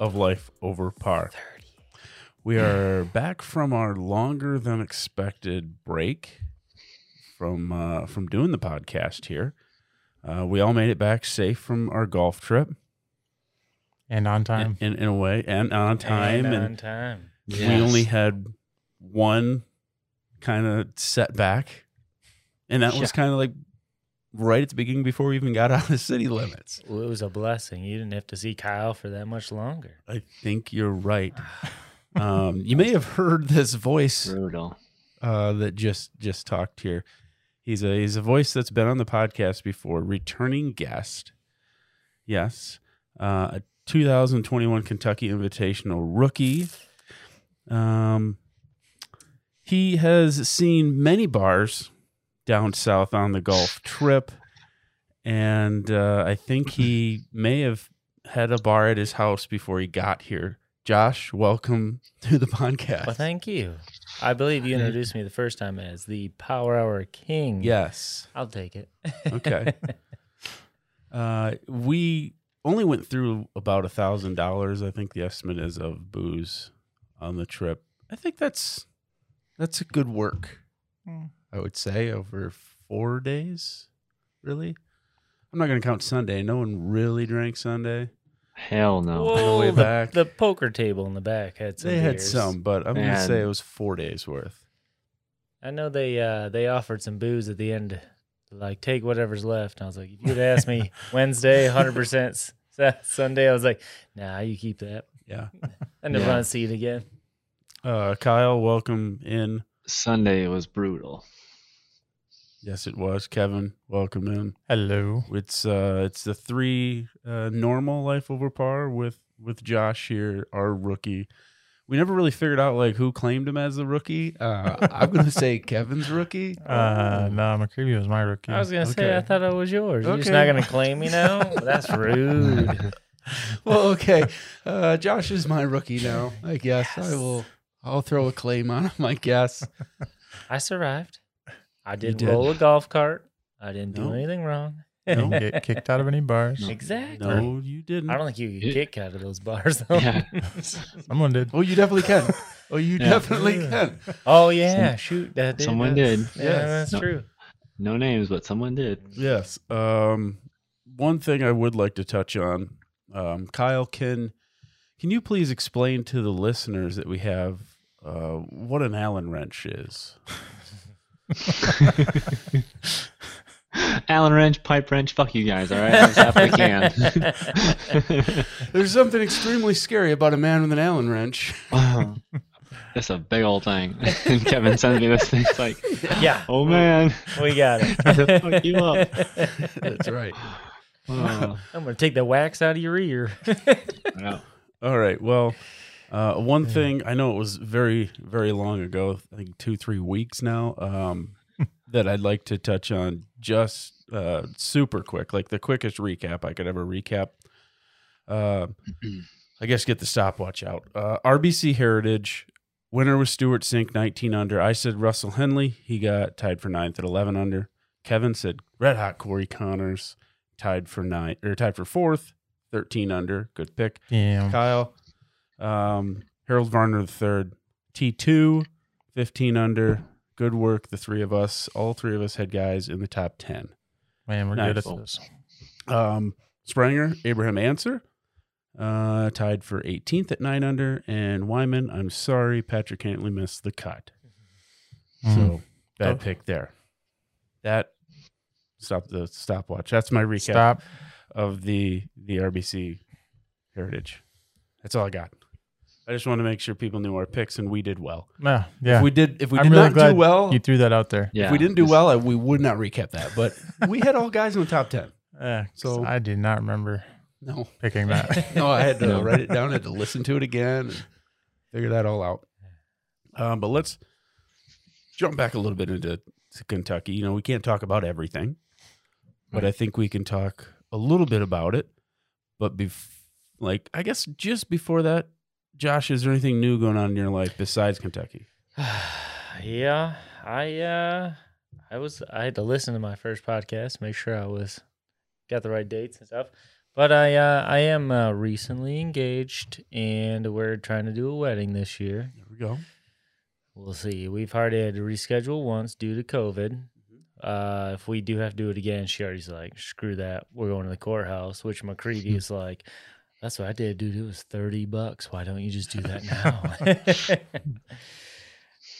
of Life Over Par. We are back from our longer than expected break from uh, from doing the podcast here. Uh, we all made it back safe from our golf trip and on time. in, in a way and on time. And, and on time. we only had one kind of setback, and that was kind of like right at the beginning before we even got out of the city limits. Well, it was a blessing. You didn't have to see Kyle for that much longer. I think you're right. Um, you may have heard this voice Brutal. uh, that just just talked here. He's a he's a voice that's been on the podcast before, returning guest. Yes, uh, a 2021 Kentucky Invitational rookie. Um, he has seen many bars down south on the golf trip, and uh, I think he may have had a bar at his house before he got here. Josh, welcome to the podcast. Well, thank you. I believe you introduced me the first time as the Power Hour King. yes. I'll take it. Okay. Uh, we only went through about a thousand dollars. I think the estimate is of booze on the trip. I think that's that's a good work. Mm. I would say over four days, really. I'm not going to count Sunday. No one really drank Sunday. Hell no. On the way Oh, the, back, the poker table in the back had some. they had beers. some, but I'm going to Man. say it was four days worth. I know they uh, they offered some booze at the end, like take whatever's left. And I was like, if you'd asked me Wednesday, hundred percent Sunday, I was like, nah, you keep that. Yeah. I never Yeah. want to see it again. Uh, Kyle, welcome in. Sunday was brutal. Yes, it was. Kevin, welcome in. Hello. It's uh it's the three uh normal life over par with with Josh here, our rookie. We never really figured out like who claimed him as the rookie. Uh I'm gonna say Kevin's rookie. Um, Uh, no, McCreevy was my rookie. I was gonna say I Okay. thought I was yours. You're just Okay. not gonna claim me now. That's rude. well, okay. Uh Josh is my rookie now. I guess I will I'll throw a claim on him, I guess. I survived. I did, did. roll a golf cart. I didn't do No. anything wrong. Didn't get kicked out of any bars. No. Exactly. No, you didn't. I don't think you You- could kick out of those bars Oh. though. Yeah. Someone did. Oh, you definitely can. Oh, you Yeah. definitely can. oh yeah, shoot. That did. Someone that's- did. Yeah, Yes. that's No. true. No names, but someone did. Yes. Um, one thing I would like to touch on, um, Kyle, can can you please explain to the listeners that we have uh, what an Allen wrench is? Allen wrench, pipe wrench, fuck you guys, all right? Let's have the can. There's something extremely scary about a man with an Allen wrench. wow. That's a big old thing. and Kevin sends me this thing. It's like, Yeah, oh man, we got I have to fuck it. you up. That's right. Oh, I'm gonna take the wax out of your ear. yeah. All right. Well, uh, one thing I know it was very, very long ago. I think two, three weeks now. Um, that I'd like to touch on just uh, super quick, like the quickest recap I could ever recap. Uh, I guess get the stopwatch out. Uh, RBC Heritage winner was Stuart Sink, 19 under. I said Russell Henley. He got tied for ninth at 11 under. Kevin said Red Hot Corey Connors tied for ninth or tied for fourth, 13 under. Good pick. Damn. Kyle, um, Harold Varner the third, T2, 15 under. Good work, the three of us. All three of us had guys in the top 10. Man, we're good Nice. at this. Um, Spranger, Abraham Answer, uh, tied for 18th at 9 under. And Wyman, I'm sorry, Patrick Cantley missed the cut. Mm. So bad pick there. That. Stop the stopwatch. That's my recap Stop. of the the RBC Heritage. That's all I got. I just wanted to make sure people knew our picks and we did well. No, yeah. If we did if we I'm did really not glad do well, you threw that out there. if we didn't do well, I, we would not recap that. But we had all guys in the top ten. Yeah, So- so I did not remember. No, picking that. no, I had to No. write it down. I had to listen to it again, and figure that all out. Um, but let's jump back a little bit into to Kentucky. You know, we can't talk about everything, but I think we can talk a little bit about it. But bef- like, I guess just before that, Josh, is there anything new going on in your life besides Kentucky? yeah, I uh, I was I had to listen to my first podcast, make sure I was got the right dates and stuff. But I uh, I am uh, recently engaged, and we're trying to do a wedding this year. There we go. We'll see. We've already had to reschedule once due to COVID. Uh, if we do have to do it again, she already's like, screw that. We're going to the courthouse, which McCready is like, that's what I did, dude. It was 30 bucks. Why don't you just do that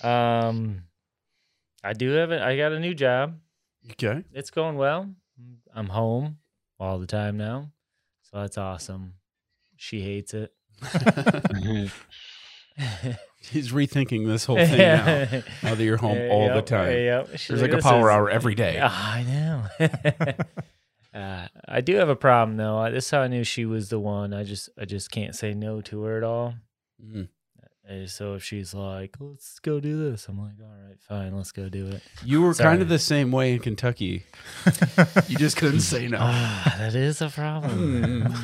now? um, I do have it. I got a new job. Okay. It's going well. I'm home all the time now. So that's awesome. She hates it. He's rethinking this whole thing now. Now that you're home Yeah, all the yep, time. Yep. She's There's like a "This power is- hour every day. I know. uh, I do have a problem though. I- This is how I knew she was the one. I just I just can't say no to her at all. Mm. Uh, So if she's like, "Let's go do this," I'm like, "All right, fine, let's go do it." You were Sorry. kind of the same way in Kentucky. You just couldn't say no. Ah, that is a problem. Mm.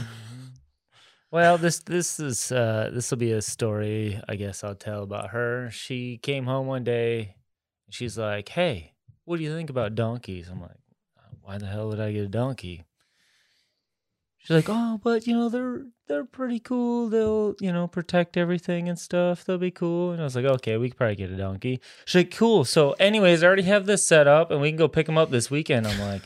well, this this is uh, this will be a story I guess I'll tell about her. She came home one day. and She's like, "Hey, what do you think about donkeys?" I'm like, "Why the hell would I get a donkey?" She's like, "Oh, but you know they're they're pretty cool. They'll you know protect everything and stuff. They'll be cool." And I was like, "Okay, we could probably get a donkey." She's like, "Cool. So, anyways, I already have this set up, and we can go pick them up this weekend." I'm like.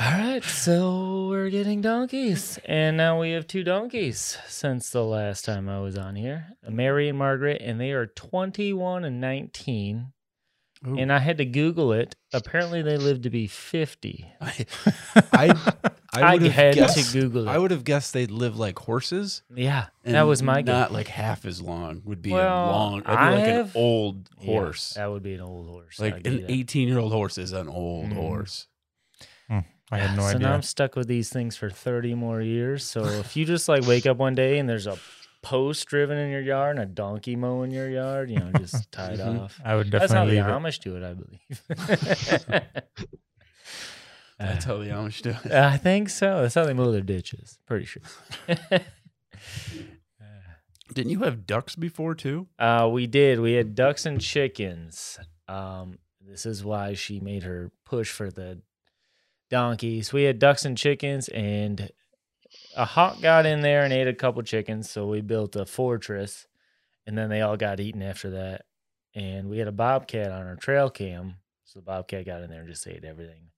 All right, so we're getting donkeys, and now we have two donkeys since the last time I was on here, Mary and Margaret, and they are 21 and 19. Ooh. And I had to Google it. Apparently, they live to be 50. I, I, I, I, would have had guessed, to Google it. I would have guessed they'd live like horses. yeah, and that was my not guess. like half as long. Would be Well, a long. I'd be like an I've- old Yeah, horse. that would be an old horse. I like could do an that. 18 year old horse is an old Mm. horse. I had no so now idea. I'm stuck with these things for 30 more years. So if you just like wake up one day and there's a post driven in your yard and a donkey mowing your yard, you know, just tie it Mhm. off. I would That's how the definitely leave it. Amish do it, I believe. Uh, That's how the Amish do it. I think so. That's how they mow their ditches. Pretty sure. Didn't you have ducks before too? Uh, we did. We had ducks and chickens. Um, this is why she made her push for the donkeys. We had ducks and chickens, and a hawk got in there and ate a couple chickens. So we built a fortress, and then they all got eaten after that. And we had a bobcat on our trail cam. So the bobcat got in there and just ate everything.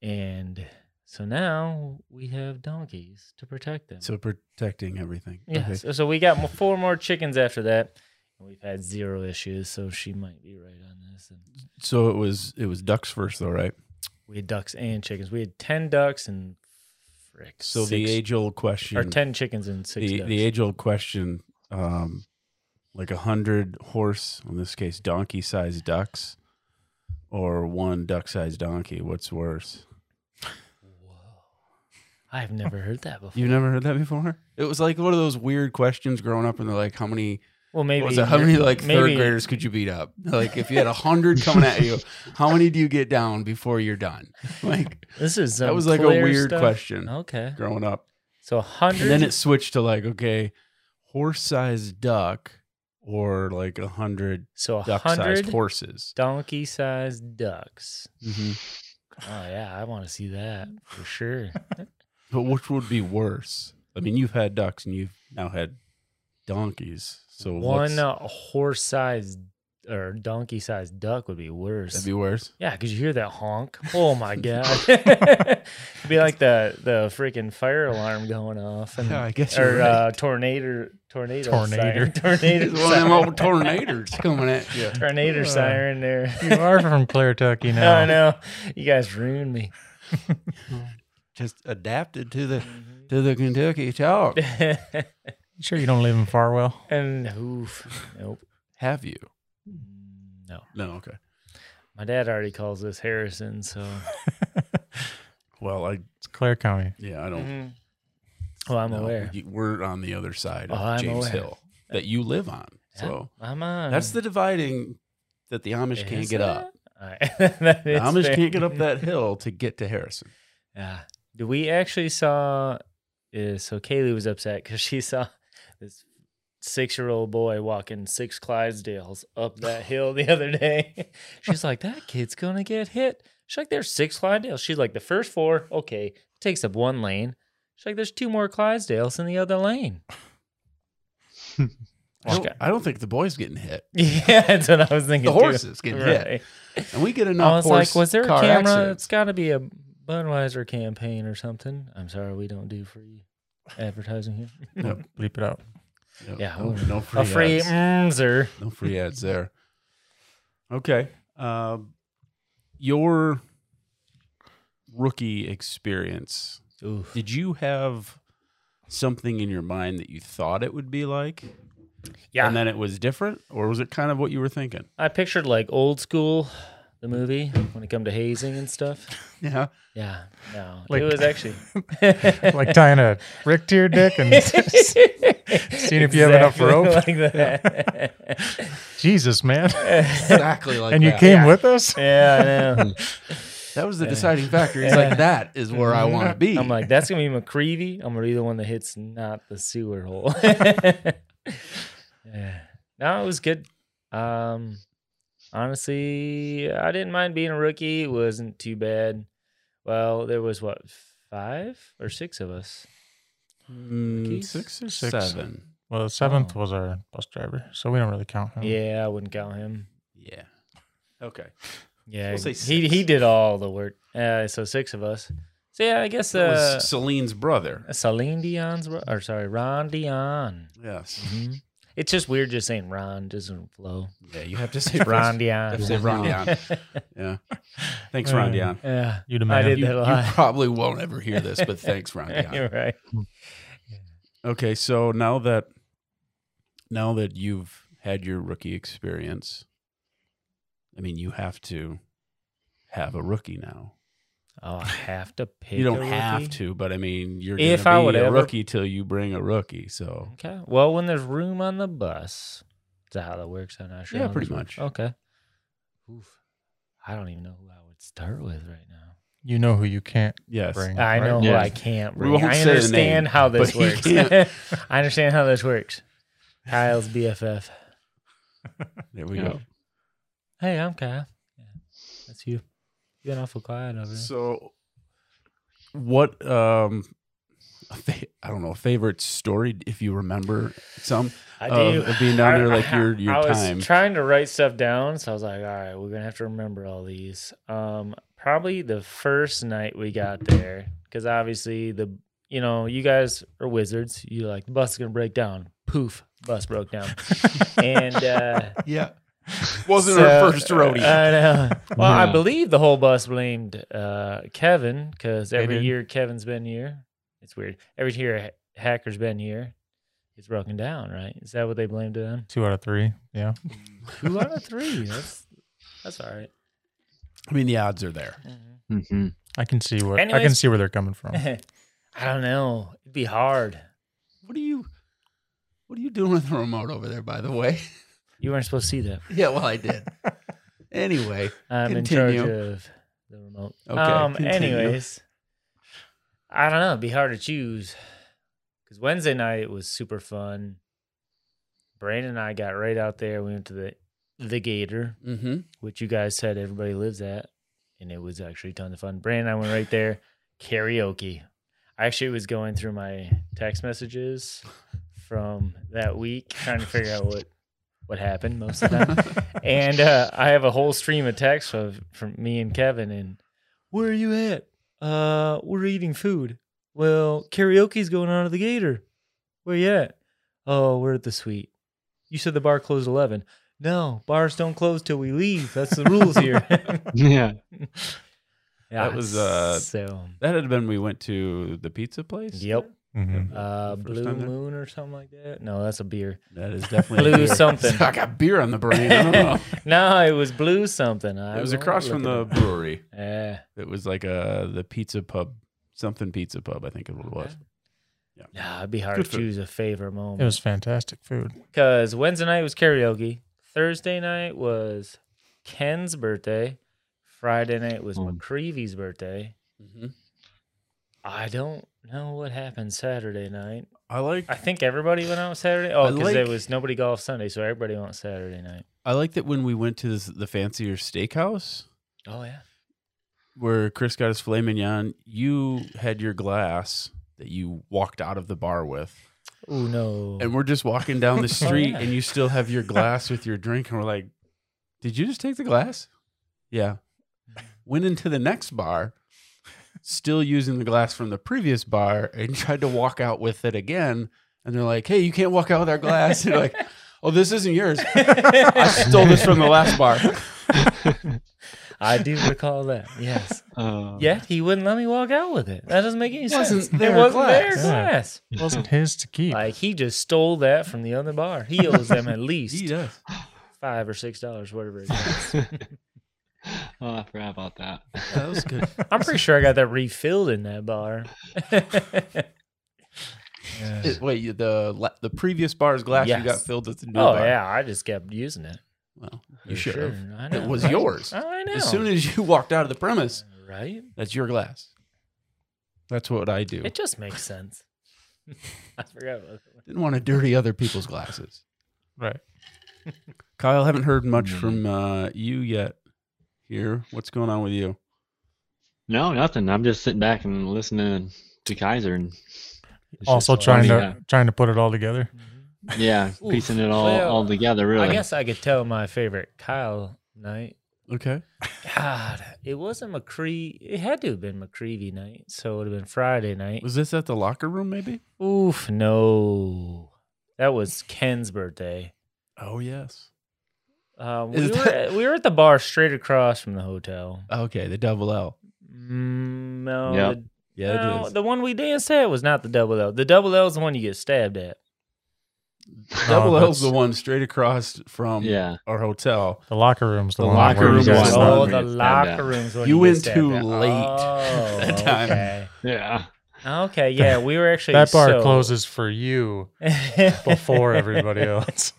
And so now we have donkeys to protect them. So protecting everything. Yeah. Okay. So, so we got mo- four more chickens after that, and we've had zero issues. So she might be right on this. And So it was it was ducks first though, right? we had ducks and chickens. We had ten ducks and frick. So the six- age old question. or ten chickens and six the ducks. the age old question, um, like a hundred horse, in this case donkey sized ducks, or one duck sized donkey. What's worse? I've never heard that before. You've never heard that before? It was like one of those weird questions growing up, and they're like, "How many? Well, what maybe was it, how many you're- like maybe- third graders could you beat up? Like if you had a hundred coming at you, how many do you get down before you're done? Like This is that some was like a Claire weird stuff. question Okay, growing up. so a hundred. And then it switched to like, okay, horse sized duck or like a hundred so a duck sized hundred horses. donkey-sized ducks. Mm-hmm. Oh yeah, I want to see that for sure. But which would be worse? I mean, you've had ducks and you've now had donkeys. So One what's- uh, horse-sized or donkey-sized duck would be worse. that'd be worse. Yeah, because you hear that honk. Oh my god! It'd be like the the freaking fire alarm going off, and, Yeah, I guess you're or right. uh, tornado tornado Tornado. siren, tornado It's one of them old siren, tornadoes coming at you. tornado Uh, siren there. You are from Claire Tucky now. I know you guys ruined me. Just adapted to the to the Kentucky talk. Mm-hmm. Sure, you don't live in Farwell. and oof, nope, Have you? no. No, okay. My dad already calls this Harrison, so Well, I It's Clare County. yeah, I don't. Well, Mm, I'm know. aware. You- We're on the other side of Oh, I'm James aware. Hill that you live on. Yeah. So I'm on. that's the dividing that the Amish can't Is get up. it? All right. That The is Amish fair. can't get up that hill to get to Harrison. Yeah. Do we actually saw? Uh, so Kaylee was upset because she saw this six-year-old boy walking six Clydesdales up that hill the other day. She's like, "That kid's gonna get hit." She's like, "There's six Clydesdales." She's like, "The first four, okay, takes up one lane." She's like, "There's two more Clydesdales in the other lane." I don't, Okay. I don't think the boy's getting hit. Yeah, that's what I was thinking. The too. horses getting hit, Right. and we get enough. I was horse like, "Was there a car camera? It's accidents. got to be a Budweiser campaign or something." I'm sorry, we don't do free advertising here. Yep. Bleep it out. Yep. Yeah, no, ooh. Oh, no free, a free ads. mzer. no free ads there. Okay, Um your rookie experience. Oof. Did you have something in your mind that you thought it would be like, Yeah, and then it was different, or was it kind of what you were thinking? I pictured like old school, the movie when it come to hazing and stuff. Yeah, Yeah, no, Like- it was actually Like tying a rick to your dick and seeing if you have enough rope. like that. Jesus, man. exactly like and you that. came with us? yeah, I know. That was the deciding factor. He's like, that is where I want to be. I'm like, that's gonna be McCreevy. I'm gonna be the one that hits not the sewer hole. yeah. No, it was good. Um honestly, I didn't mind being a rookie. It wasn't too bad. Well, there was what, five or six of us? Mm, Rookies? six or Six. seven. Well, the seventh Oh. was our bus driver, so we don't really count Oh. him. Yeah, I wouldn't count him. Yeah. Okay. Yeah. We'll say He he six. did all the work. Uh, so six of us. So yeah, I guess That uh was Celine's brother. Celine Dion's ro- or sorry, Ron Dion. Yes. Mhm. It's just weird just saying Ron doesn't flow. Yeah, you have to say Ron That's it, Dion. Ron Dion. Yeah. Thanks, Ron Uh, Dion. Yeah. You the I man. did You, that a you lot. probably won't ever hear this, but thanks, Ron Dion. You're right. Okay, so now that now that you've had your rookie experience, I mean, you have to have a rookie now. Oh, I have to pick. you don't a have rookie? to, but I mean, you're If gonna I be would a ever- rookie till you bring a rookie. So Okay. Well, when there's room on the bus, is that how that works? I'm not sure. yeah, how pretty this much. works. Okay. Oof. I don't even know who I would start with right now. You know who you can't Yes. bring. I right? know who Yeah. I can't. We Bring. won't I say the understand name, how this but you works. can't. I understand how this works. Kyle's BFF. There we Yeah. go. Hey, I'm Kyle. Yeah, that's you. You've been awful quiet over there. So, what? Um, a fa- I don't know. a Favorite story, if you remember some I of, do. of um, being down there, like I- your your I was time. trying to write stuff down, so I was like, all right, we're gonna have to remember all these. Um, probably the first night we got there, because obviously the you know you guys are wizards. You like the bus is gonna break down. Poof, bus broke down, and uh, yeah, so- uh, I know. Well, I Yeah. believe the whole bus blamed uh, Kevin because They every did. year Kevin's been here. It's weird. Every year Ha- Hacker's been here. It's broken down, right? Is that what they blamed it on? Two out of three. Yeah. Two out of three. That's that's all right. I mean, the odds are there. hmm I can see where I can Anyways. see where they're coming from. I don't know. It'd be hard. What are you? What are you doing with the remote over there? By the way, You weren't supposed to see that. yeah. Well, I did. anyway, I'm in charge Continue. of the remote. Okay, um. continue. Anyways, I don't know. It'd be hard to choose because Wednesday night was super fun. Brandon and I got right out there. We went to the the Gator. mm-hmm. which you guys said everybody lives at, and it was actually tons of fun. Brandon, and I went right there, karaoke. I actually was going through my text messages from that week, trying to figure out what what happened most of the time. and uh, I have a whole stream of texts of from me and Kevin. And where are you at? Uh, we're eating food. Well, karaoke's going on at the Gator. Where you at? Oh, we're at the suite. You said the bar closed eleven. No, bars don't close till we leave. That's the rules here. Yeah. That was, uh, so. that had been we went to the pizza place. Mm-hmm. Yep, Mhm. Uh, First Blue time there? Moon or something like that. No, that's a beer. That is definitely a Blue beer. something. I got beer on the brain. I don't know. No, it was Blue something. I It was won't across from the look it up. Eh, brewery. Yeah. It was like uh the pizza pub, something pizza pub. I think it was. Nah, it'd be hard Good to food. choose a favorite It moment. was fantastic food. Because Wednesday night was karaoke. Thursday night was Ken's birthday. Friday night was Hmm. Mm. McCreevy's birthday. I don't know what happened Saturday night. I like I think everybody went out Saturday. Oh, I because there like- was nobody golf Sunday, so everybody went Saturday night. I like that when we went to this, the fancier steakhouse Oh yeah. where Chris got his filet mignon. You had your glass that you walked out of the bar with, Oh no. and we're just walking down the street, yeah. and you still have your glass with your drink, and we're like, "Did you just take the glass?" Yeah. Went into the next bar, still using the glass from the previous bar, and tried to walk out with it again. And they're like, "Hey, you can't walk out with our glass." And you're like, "Oh, this isn't yours. I stole this from the last bar." I do recall that. Yes. Uh, Yet he wouldn't let me walk out with it. That doesn't make any Oh. Wasn't sense. their it wasn't glass. their Yeah. glass. It wasn't his to keep. Like he just stole that from the other bar. He owes them at He least does. five or six dollars, whatever it is. oh, I forgot about that. That was good. I'm pretty sure I got that refilled in that bar. It- wait, you- the la- the previous bar's glass you got Yes. filled with the new oh bar. yeah, I just kept using it. Well, you For should have. I know, It was right? yours. Oh, I know. As soon as you walked out of the premise, right? that's your glass. That's what I do. It just makes sense. I forgot about that. Didn't want to dirty other people's glasses. Right. Kyle, haven't heard much from uh, you yet. Here, what's going on with you? No, nothing. I'm just sitting back and listening to Kaiser and Also It's just all- trying to yeah. trying to put it all together. yeah, Oof. piecing it all Well, all together. Really. I guess I could tell my favorite Kyle night. Okay. God, it wasn't McCree. It had to have been McCreevy night, so it would have been Friday night. Was this at the locker room, maybe? Oof, no, that was Ken's birthday. Oh, yes. Um, we, Is were that- at, we were at the bar straight across from the hotel. Okay, the double L. Mm, no, Yep. the, Yeah, it no, is. the one we danced at was not the double L. The double L is the one you get stabbed at. double Oh, L's the that's- one straight across from um, yeah. our hotel. The locker room's the, The one locker where you room's guys the know. oh, one. the you get stabbed at. locker room's when You get went stabbed too at. late oh, that time. Okay. Yeah. Okay, yeah, we were actually That bar so- closes for you before everybody else.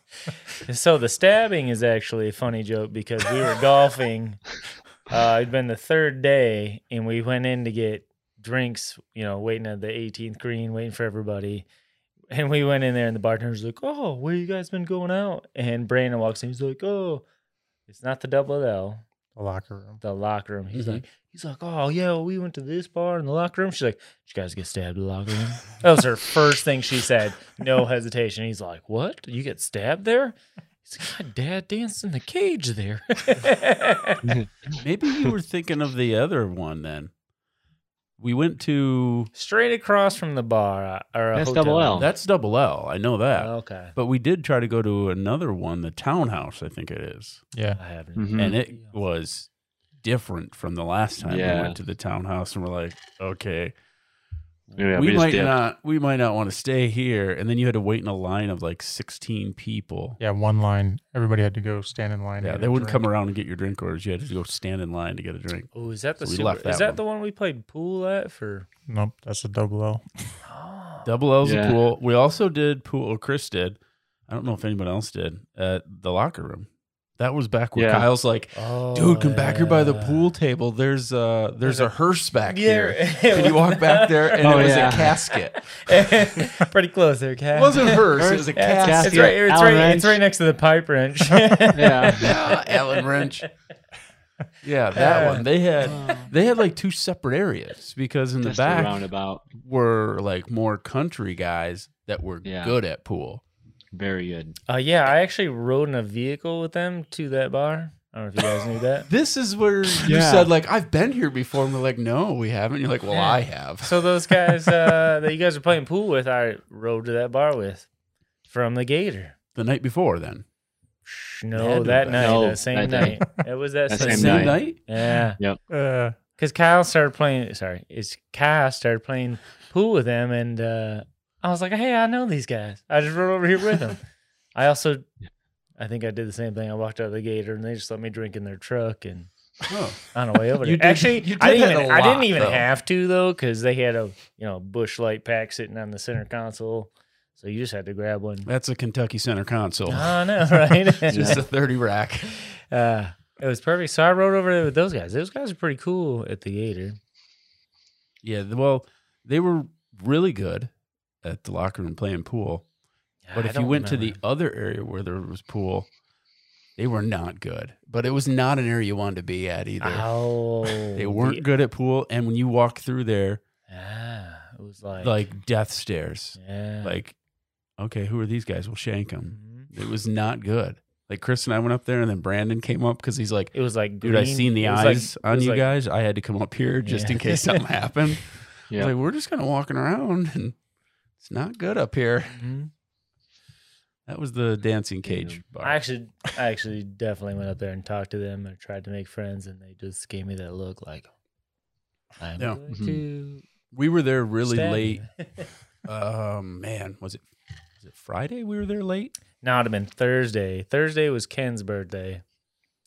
So the stabbing is actually a funny joke because we were golfing. Uh, it'd been the third day, and we went in to get drinks. You know, waiting at the 18th green, waiting for everybody. And we went in there, and the bartender's like, "Oh, where you guys been going out?" And Brandon walks in, he's like, "Oh, it's not the double L, The locker room. the locker room." He's Mhm. like, "He's like, oh yeah, well, we went to this bar in the locker room." She's like, "Did you guys get stabbed in the locker room?" That was her first thing she said. No hesitation. He's like, What? You get stabbed there? He's like, My dad danced in the cage there. Maybe you were thinking of the other one then. We went to Straight across from the bar uh, or a That's hotel. double L. that's double L. I know that. Oh. Okay. But we did try to go to another one, the townhouse, I think it is. Yeah. I haven't. Mhm. Mm-hmm. And it was different from the last time we Yeah. went to the townhouse and we're like, okay, Yeah, we, we just might dipped. not we might not want to stay here. And then you had to wait in a line of like sixteen people. Yeah, one line. Everybody had to go stand in line. Yeah, they wouldn't come around and get your drink orders. You had to go stand in line to get a drink. Oh, is that the So we super, left that is that one. the one we played pool at for? come. Nope, that's a double L. Oh, Double L's a Yeah. pool. We also did pool. Or Chris did. I don't know if anyone else did at the locker room. That was back where Yeah. Kyle's like, dude, come back here by Oh, the yeah. pool table. There's a there's a hearse back here. Yeah. And you walk back there, and Oh, it was yeah. a casket. Pretty close there, Cat. It wasn't a hearse. It was a Yeah, casket. It's right, it's, Allen right, it's wrench. right next to the pipe wrench. Yeah. Yeah, Allen wrench. Yeah, that Yeah. one. They had they had like two separate areas because in the Just a back roundabout. were like more country guys that were Yeah. good at pool. Very good. Uh, yeah, I actually rode in a vehicle with them to that bar. I don't know if you guys knew that. This is where you Yeah. said like I've been here before, and they're like, no, we haven't. You're like, well, Yeah. I have. So those guys uh, that you guys are playing pool with, I rode to that bar with from the Gator. The night before, then Shh, Had to No, have that been. night, No, that same that night. night. It was that, That same, same same night. night. Yeah, Uh, because Kyle started playing. Sorry, it's Kyle started playing pool with them, and uh, I was like, "Hey, I know these guys. I just run over here with them." I also, I think I did the same thing. I walked out of the gator, and they just let me drink in their truck, and Oh, on the way over there. You did- Actually, you I did didn't that even, a I didn't lot, even though. have to though, because they had a you know bush light pack sitting on the center console, so you just had to grab one. that's a Kentucky Center Oh. console. I know, right? Just a 30 rack. uh, it was perfect. So I rode over there with those guys. Those guys are pretty cool at the Gator. Yeah, th- well, they were really good at the locker room playing pool. But I if you don't went to the remember. other area where there was pool, they were not good. But it was not an area you wanted to be at either. oh, they weren't good at pool, and when you walk through there, Yeah, it was like like death stares. yeah, Like, okay, who are these guys? We'll shank them. Mhm. It was not good. Like Chris and I went up there, and then Brandon came up because he's like, it was like "Dude, I green- seen the it was like- eyes it on was you like- guys. I had to come up here just Yeah. in case something happened." I Yeah. was Like we're just kind of walking around, and it's not good up here. Mhm. That was the dancing cage bar. I actually, I actually definitely went up there and talked to them and tried to make friends, and they just gave me that look like, I'm Yeah. going Mhm. to we were there really stab late. you." Um, man, was it was it Friday? We were there late. no, it'd have been Thursday. Thursday was Ken's birthday,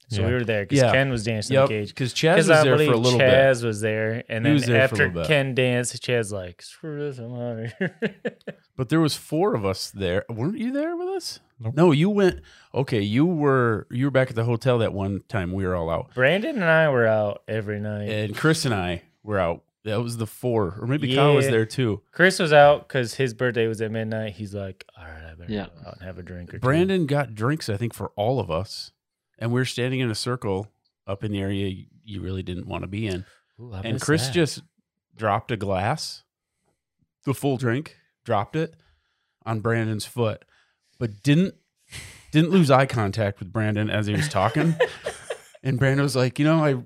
so we Yeah. were there because Yeah. Ken was dancing in the cage. because Chaz was Because I there for believe a little bit. Chaz was there, and He then was there for a after little bit. Ken danced, Chaz like, "Screw this, I'm out of here." But there was four of us there. Weren't you there with us? Nope. No, you went. Okay, you were you were back at the hotel that one time we were all out, Brandon and I were out every night. and Chris and I were out. That was the four, or maybe Kyle was Yeah. there too. Chris was out because his birthday was at midnight. He's like, "All right, I better Yeah. go out and have a drink or two." Brandon got drinks, I think, for all of us, and we were standing in a circle up in the area you really didn't want to be in. Ooh, I and missed Chris that. just dropped a glass, the full drink, dropped it on Brandon's foot, but didn't didn't lose eye contact with Brandon as he was talking. and Brandon was like, you know, I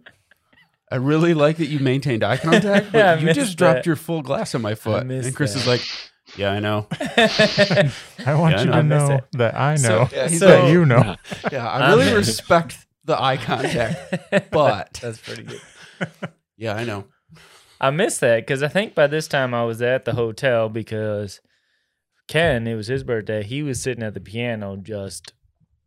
I really like that you maintained eye contact, I but you just missed dropped that. your full glass on my foot. missed And Chris is that. like, yeah, I know. I want Yeah, I you know. to I miss know it. that I So- know yeah, he's So- that you know. Yeah. like, yeah, I really Um, respect the eye contact, but That's pretty good. yeah, I know. I missed that because I think by this time I was at the hotel because Ken, it was his birthday. He was sitting at the piano, just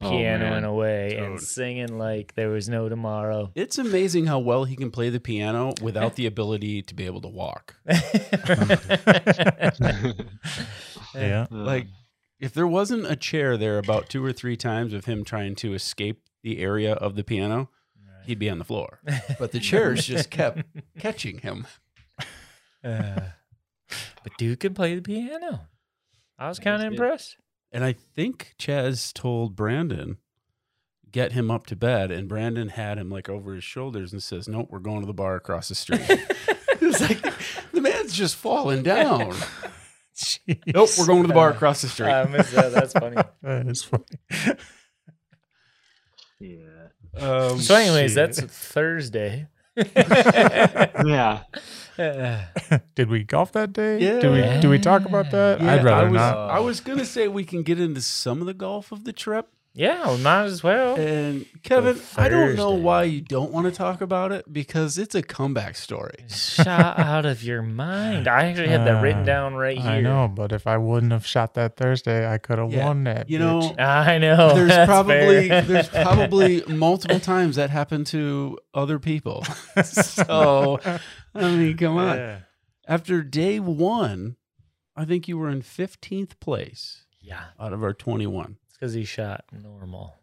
Oh, pianoing man. away and Dude. singing like there was no tomorrow. It's amazing how well he can play the piano without the ability to be able to walk. Uh, Yeah. Mm. Like, if there wasn't a chair there about two or three times of him trying to escape the area of the piano, he'd be on the floor. But the chairs just kept catching him. Uh, but dude can play the piano. I was He kind of did. impressed. And I think Chaz told Brandon, get him up to bed. And Brandon had him like over his shoulders and says, Nope, we're going to the bar across the street. it's like the man's just falling down. nope, we're going to the bar across the street. I missed that. Um, uh, That's funny. That is funny. Yeah. Um, So, anyways, Shit. that's Thursday. Yeah. Did we golf that day? Yeah. Do we do we talk about that? yeah, I'd rather I was, not. I was gonna say we can get into some of the golf of the trip, yeah, we might as well. And Kevin, I don't know Thursday. why you don't want to talk about it because it's a comeback story. Shot out of your mind. I actually had that written Uh, down right here. I know, but if I wouldn't have shot that Thursday, I could have Yeah. won that. You bitch. know, I know. there's Oh, that's probably fair. there's probably multiple times that happened to other people. so I mean, come on. Yeah. After day one, I think you were in 15th place yeah, out of our 21. it's because he shot normal.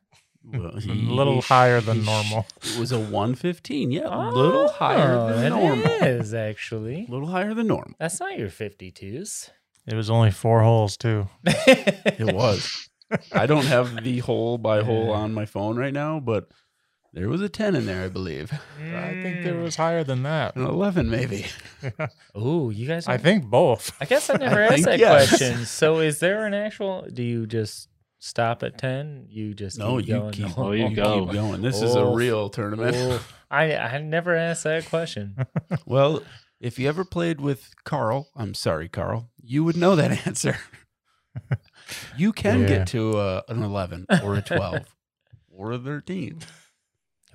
Well, a he- little higher than normal. It was a 115. Yeah, a little higher Oh, than normal. It is actually. A little higher than normal. That's not your 52s. It was only four holes too. It was. I don't have the hole by hole on my phone right now, but there was a 10 in there, I believe. I think there was higher than that. An 11, maybe. Oh, you guys. I are- think both. I guess I never I asked think that yes. question. So, is there an actual? Do you just stop at ten? You just No, keep you going keep- Oh, you keep go. going. This is a Oh. real tournament. Oh, I I never asked that question. Well, if you ever played with Carl, I'm sorry, Carl, you would know that answer. You can Yeah. get to uh, an 11 or a 12 or a 13.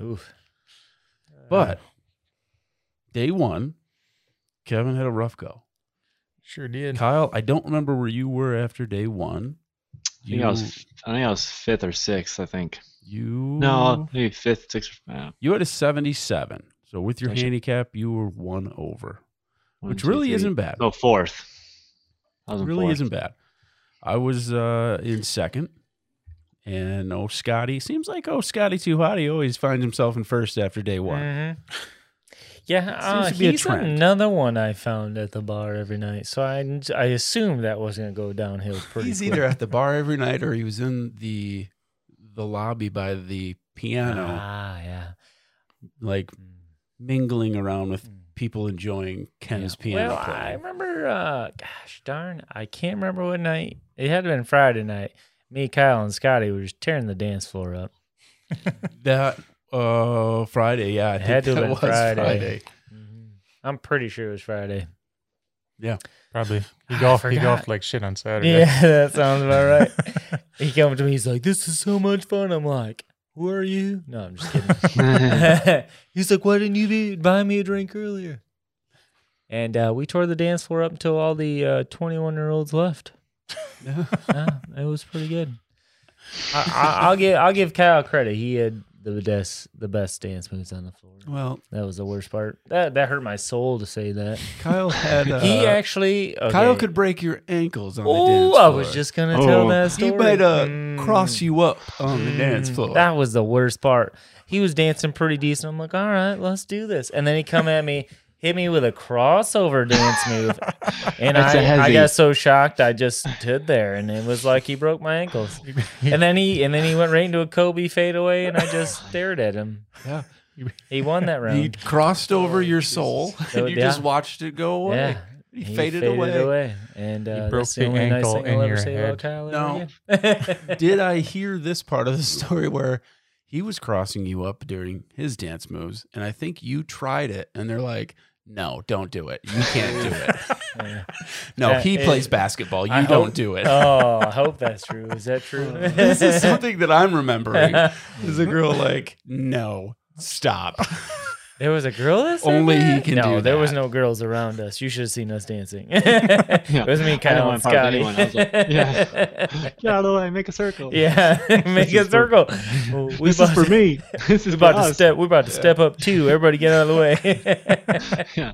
Oof. But day one, Kevin had a rough go. Sure did. Kyle, I don't remember where you were after day one. I think I was, I think I was fifth or sixth. I think. you No, maybe fifth, sixth. Uh, you had a 77. So with your Gotcha. handicap, you were one over, one, which two, really three. isn't bad. Oh, fourth. I was in really fourth. isn't bad. I was uh, in second, and oh Scotty seems like oh Scotty too hot. He always finds himself in first after day one. Mhm. Yeah, uh, Seems to be a he's trend. another one I found at the bar every night. So I, I assumed that was going to go downhill pretty He's quick. either at the bar every night or he was in the the lobby by the piano, Ah, yeah. like Mm, mingling around with mm. people enjoying Ken's Yeah. piano Well, I playing. remember, uh, gosh darn, I can't remember what night. It had been Friday night. Me, Kyle, and Scotty were just tearing the dance floor up. That uh, Friday, yeah, I It think had to have that been was Friday. Mm-hmm. I'm pretty sure it was Friday. Probably. I He golfed. He forgot. golfed like shit on Saturday. Yeah, that sounds about right. he came up to me. He's like, "This is so much fun." I'm like, "Who are you?" No, I'm just kidding. He's like, why didn't you be, buy me a drink earlier? And uh, we tore the dance floor up until all the 21 year olds left. yeah, it was pretty good. I, I, I'll give I'll give Kyle credit. He had the best the best dance moves on the floor. Well, That was the worst part. That that hurt my soul to say that. Kyle had uh, he actually okay. Kyle could break your ankles on the dance Oh, floor. I was just gonna tell Oh. that story. he might uh, Mm. cross you up on the dance Mm, floor. That was the worst part. He was dancing pretty decent. I'm like, all right, let's do this. And then he come at me, hit me with a crossover dance move, and That's a I, I heavy. got so shocked I just stood there, and it was like he broke my ankles. And then he and then he went right into a Kobe fadeaway, and I just stared at him. Yeah. He won that He round. crossed over your soul, So, and you yeah. just watched it go away. Yeah. He, faded, away. and uh, broke that's the the only nice ankle thing in I'll ever your say about head. Kyle. No. ever again. Did I hear this part of the story where he was crossing you up during his dance moves, and I think you tried it, and they're like, "No, don't do it. You can't do it. Yeah. No, That he is- plays basketball. You I don't hope- do it." oh, I hope that's true. Is that true? this is something that I'm remembering. Is a girl like, "No, stop." There was a girl that said Only he that? can no, do there was that. no girls around us. You should have seen us dancing. It was me, Kyle, and want to part Scotty. with anyone. I was like, yeah. Get out of the way. Make a circle. make a is for- circle. Well, we this is for about- me. This is We about for to us. step. We're about to step up too. Everybody, get out of the way. Yeah.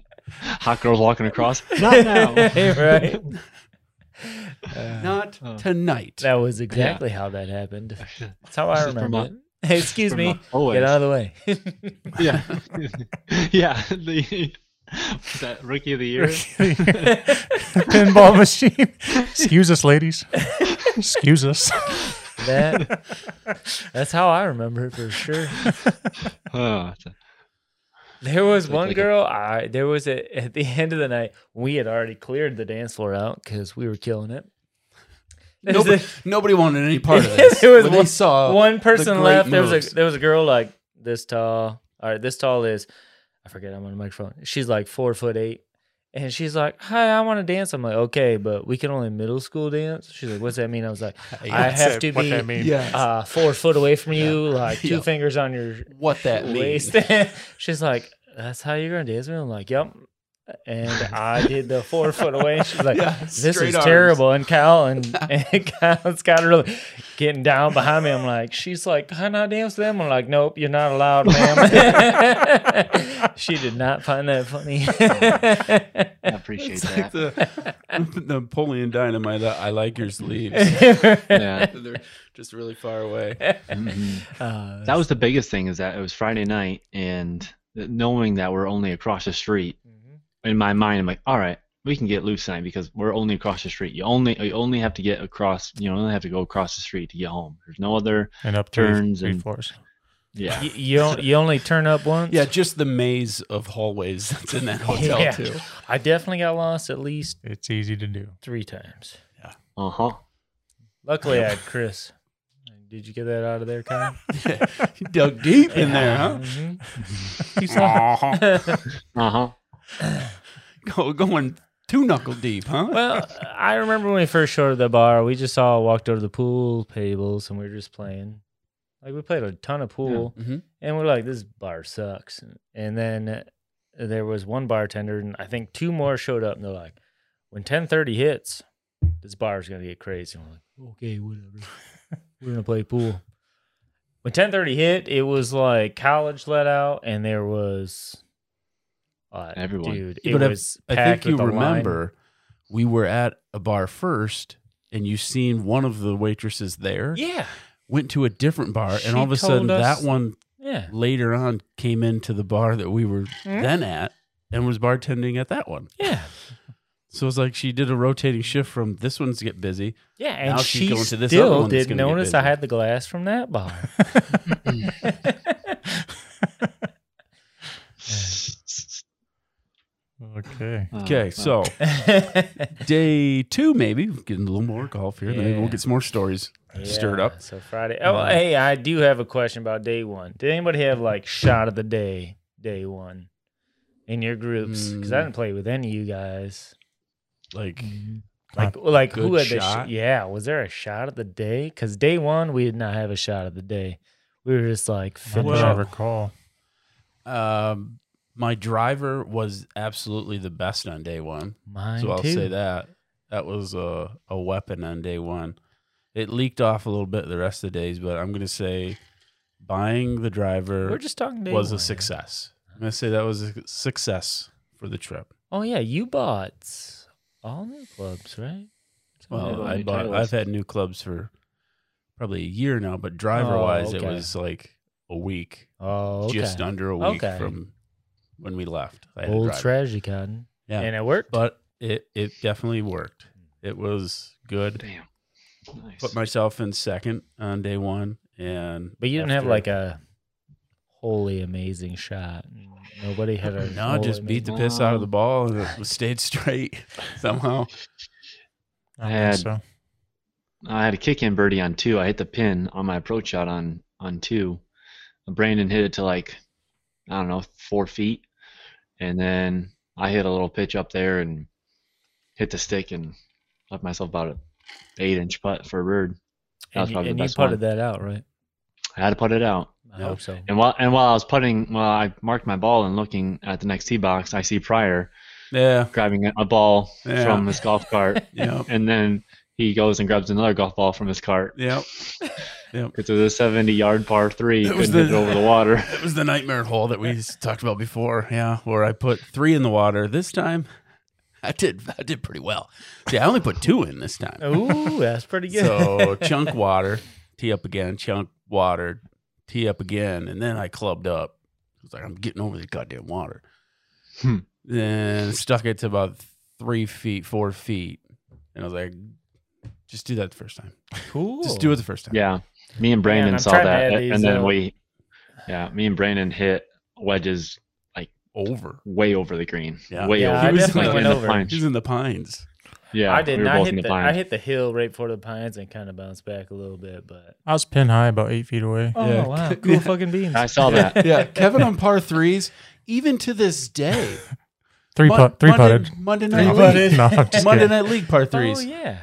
Hot girls walking across. Not now. right. Not Oh. tonight. That was exactly how that happened. That's how I This is for remember. my- it. Excuse for me. my- always. Get out of the way. yeah. yeah. The, was that rookie of the year? Pinball machine. Excuse us, ladies. Excuse us. that. That's how I remember it for sure. Oh, it's a- There was Like- one like a- girl. I there was a, at the end of the night. We had already cleared the dance floor out because we were killing it. There was Nobody, nobody wanted any part of There this. was When they one- a- saw one person Uh, great left. There was moves. a there was a girl like this tall. All right, this tall is I forget. I'm on the microphone. She's like four foot eight, and she's like, "Hi, I want to dance." I'm like, "Okay, but we can only middle school dance." She's like, "What's that mean?" I was like, I That's have it, to what be- That mean. yeah, uh, four foot away from you, like two Yeah. fingers on your what that means. waist. She's like, "That's how you're gonna dance me." I'm like, "Yep." And I did the four foot away. She's like, Yeah, "This straight is arms. terrible." And Kyle and, and Kyle's got her really getting down behind me. I'm like, "She's like, can I dance with them?" I'm like, "Nope, you're not allowed, ma'am." she did not find that funny. I appreciate It's like that. the Napoleon Dynamite. that I like your sleeves. Yeah. They're just really far away. Mhm. Uh, That was the biggest thing is that it was Friday night and th- knowing that we're only across the street Mm-hmm. in my mind I'm like, all right, we can get loose tonight because we're only across the street. You only you only have to get across you know, only have to go across the street to get home. There's no other And up three, Turns three and- floors. yeah. you, you, don't- you only turn up once. Yeah, just the maze of hallways that's in that hotel Yeah. too. I definitely got lost at least It's easy to do. three times. Uh huh. Luckily, I had Chris. Did you get that out of there, Kyle? You dug deep in there, huh? Mhm. You saw- Uh huh. Go, going two knuckle deep, huh? well, I remember when we first showed up at the bar, we just all walked over to the pool tables and we were just playing. Like we played a ton of pool, Mhm. and we're like, "This bar sucks." And then there was one bartender, and I think two more showed up, and they're like, "When ten thirty hits, this bar is gonna get crazy." And we're like, "Okay, whatever. we're gonna play pool." When ten thirty hit, it was like college let out, and there was. Uh, Everyone. dude, Yeah, it but I- was. I packed think you with a line. remember we were at a bar first, and you seen one of the waitresses there. Yeah, Went to a different bar, She and all of a sudden, told us- that one yeah. later on came into the bar that we were then at and was bartending at that one. Yeah, So it's like she did a rotating shift from this one's get busy. yeah, and Now she's she going to this other still one that's didn't gonna get notice I busy. had the glass from that bar. Okay. Oh, Okay, wow. so day two, maybe getting a little more golf here. Maybe we'll Yeah. get some more stories stirred Yeah, up. So Friday. Oh, Uh, hey, I do have a question about day one. Did anybody have like shot of the day, day one, in your groups? Because I Mm. didn't play with any of you guys. Like Mm-hmm. Like, like who good had the shot? sh- yeah? Was there a shot of the day? Because day one we did not have a shot of the day. We were just like I don't finish. Well- recall. Um, my driver was absolutely the best on day one. Mine so I'll too. say that. That was a, a weapon on day one. It leaked off a little bit the rest of the days, but I'm going to say buying the We're driver just talking day was a one. success. I'm going to say that was a success for the trip. Oh yeah, you bought all new clubs, right? Well, Yeah. I New bought, titles. I've had new clubs for probably a year now, but driver wise, Oh, okay. it was like a week, oh, okay. just under a week Okay. from when we left. I had a old driver. tragedy cotton, Yeah. and it worked. but it it definitely worked. It was good. Damn. Nice. Put myself in second on day one, and But you didn't have after- like a holy amazing shot. Nobody had a no, holy just beat the amazing- piss out of the ball and it stayed straight somehow. I I had, had- so. I had a kick in birdie on two. I hit the pin on my approach shot on on two. Brandon hit it to like I don't know four feet, and then I hit a little pitch up there and hit the stick and left myself about an eight inch putt for a bird. and That was you, probably and the you best one. putted that out, right? I had to put it out. I No. hope so. And while and while I was putting, while I marked my ball and looking at the next tee box, I see Pryor Yeah, grabbing a ball Yeah. from his golf cart, yeah, and then he goes and grabs another golf ball from his cart. yeah. It was a 70 yard par three. That was Couldn't hit it the- over the water. It was the nightmare hole that we talked about before. Yeah, where I put three in the water. This time, I did I did pretty well. See, I only put two in this time. Ooh, that's pretty good. So chunk water, tee up again, chunk water, tee up again, and then I clubbed up. It was like I'm getting over the goddamn water. Hmm. Then stuck it to about three feet, four feet, and I was like, "Just do that the first time. cool. Just do it the first time." Yeah. Me Man, and Brandon I'm saw trying to that. add a- these uh, And then up. we, yeah, me and Brandon hit wedges over. way over the green. Yeah. Way Yeah, over. I Like, definitely in went the over. pine- He's in the pines. Yeah. I did we were not both in hit the, pine. I hit the hill right for the pines and kind of bounced back a little bit, but I was pin high, about eight feet away. oh Yeah. wow, cool fucking beans. I saw that. Yeah, Kevin on par threes, even to this day. Three Mon- put, three Monday, putted. Monday No, night putted. league. No, I'm just Monday kidding. night league par threes. Oh yeah,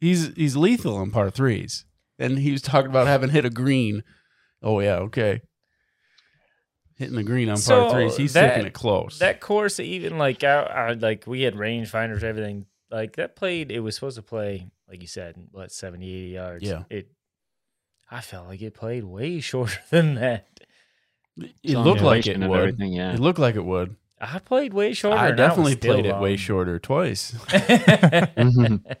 He's he's lethal on par threes, and he was talking about having hit a green. Oh yeah, okay. Hitting the green on So, par threes, he's that- sticking it close. that course even like I, I like we had range finders everything like that played it was supposed to play like you said what 70 80 yards Yeah. it i felt like it played way shorter than that it looked like it Elevation and would. everything, Yeah. It looked like it would. i played way shorter I and was definitely still played it way wrong. shorter twice. Mhm.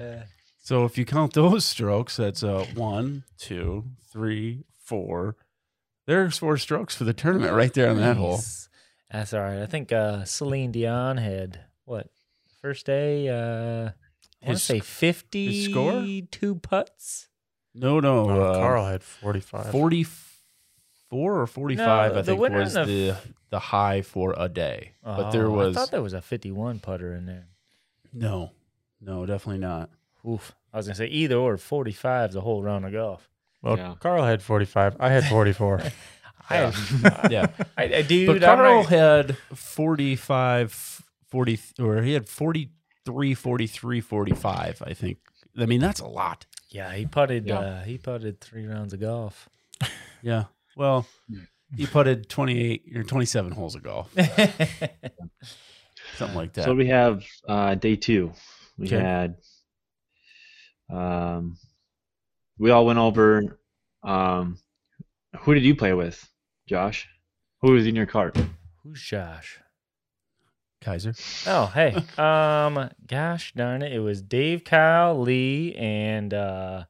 Uh, so if you count those strokes, that's uh, one, two, three, four. There's four strokes for the tournament right there on that hole. nice. that's all right i think uh celine dion had what first day uh i want His to say 52 score? putts No, no, Oh, uh, Carl had 45. 44 or 45 No, i the think winner was on the, the the high for a day but Oh, there was i thought there was a 51 putter in there no no definitely not Oof. I was gonna say either or forty five is a whole round of golf. Well, Yeah. Carl had 45. I had 44. I, yeah I, I dude, but I'm carl not- had 45 40 or he had 43 43 45 i think i mean that's a lot yeah, he putted. Yeah. Uh, he putted three rounds of golf. yeah well he putted 28 or 27 holes of golf, something like that. So we have uh, day two. We Okay. had um, we all went over. Um, who did you play with, Josh? Who was in your cart? Who's Josh? Kaiser. Oh, hey. Um, gosh darn it. It was Dave, Kyle, Lee, and uh,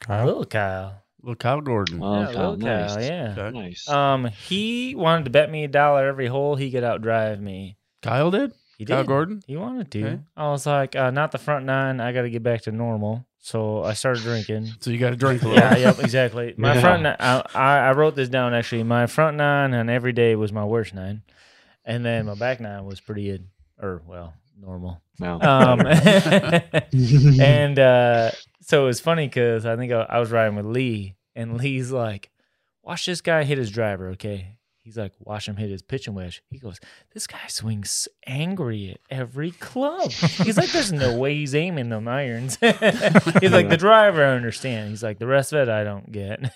Kyle? little Kyle. Well, Kyle Gordon. Well, yeah, Kyle, little Oh, Kyle. Oh, nice. Yeah. Okay. Nice. Um, he wanted to bet me a dollar every hole he could outdrive me. Kyle did? He did. Kyle Gordon? He wanted to. Okay. I was like, uh, not the front nine. I got to get back to normal. So I started drinking. So you got to drink a little. yeah, yep, exactly. My Yeah. front nine, I, I I wrote this down actually. My front nine on every day was my worst nine. And then my back nine was pretty good, or well, normal. no. Um, and uh, so it was funny because I think I, I was riding with Lee, and Lee's like, "Watch this guy hit his driver, okay?" He's like, "Watch him hit his pitching wedge." He goes, "This guy swings angry at every club." He's like, "There's no way he's aiming them irons." he's like, "The driver, I understand." He's like, "The rest of it, I don't get."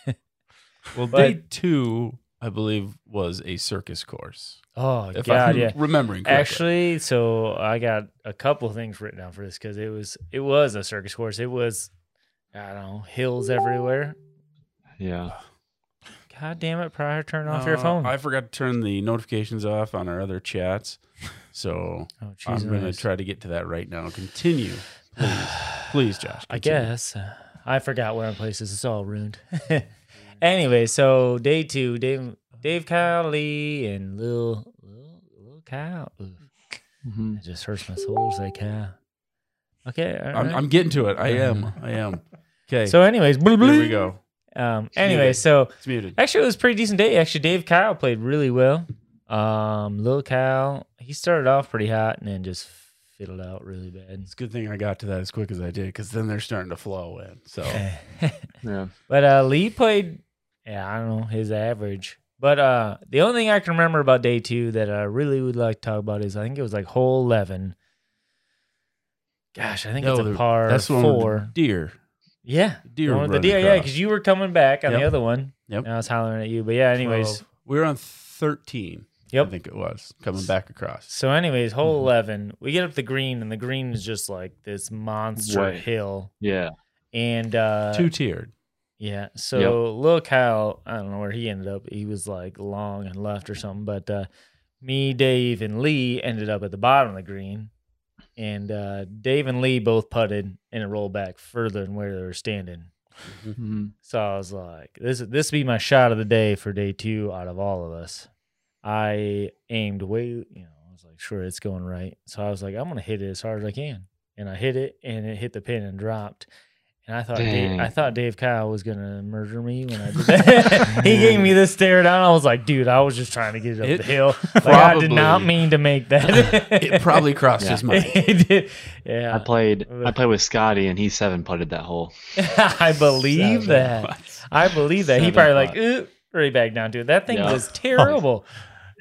Well, But- day two, I believe, was a circus course. oh If God, I'm yeah. remembering correctly. Actually, so I got a couple things written down for this because it was it was a circus course. It was I don't know hills everywhere. yeah. God damn it, Prior, turn off your Uh, phone. I forgot to turn the notifications off on our other chats. So oh, I'm going to try to get to that right now. Continue. Please, please Josh. I continue. guess I forgot where I'm places. It's all ruined. anyway, so day two, Dave, Dave, Kyle, Lee, and Lil, Lil, Lil Kyle. Ooh, Mhm. it just hurts my soul to say Kyle. Okay, all I'm, right. I'm getting to it. I am. I am. Okay. so, anyways, blah, here we go. Um, Anyway. anyway, so It's muted. Actually, it was a pretty decent day. Actually, Dave Kyle played really well. Um, Lil Kyle, he started off pretty hot and then just fiddled out really bad. It's a good thing I got to that as quick as I did because then they're starting to flow in. So Yeah. but uh, Lee played, yeah, I don't know his average. But uh, the only thing I can remember about day two that I really would like to talk about is I think it was like hole eleven. Gosh, I think No, it's the- a par that's the one with the four. deer. yeah, Deer. the, one with the running deer, yeah, across. because you were coming back on Yep. the other one. Yep. And I was hollering at you, but yeah. Anyways, Twelve. we were on 13. I yep. think it was coming back across. So, anyways, hole Mhm. eleven, we get up the green, and the green is just like this monster Right. hill, Yeah. and uh, Two tiered. yeah. So Lil Kyle, I don't know where he ended up. He was like long and left or something, but uh, me, Dave, and Lee ended up at the bottom of the green, and uh, Dave and Lee both putted and it rolled back further than where they were standing. Mhm. So I was like, this this be my shot of the day for day two out of all of us. I aimed way, you know, I was like, sure, it's going right. So I was like, I'm gonna hit it as hard as I can. And I hit it and it hit the pin and dropped. And I thought Dave, Dang. I thought Dave Kyle was gonna murder me when I did that. he gave me this stare down. I was like, dude, I was just trying to get it up It the hill. Like, I did not probably- mean to make that. It probably crossed Yeah. his mind. It did. Yeah. I played. I Ugh. played with Scotty, and he seven putted that hole. I believe Seven. that. I believe that. He Seven probably like, pot. ooh, right back down to it. That thing Yeah. was terrible.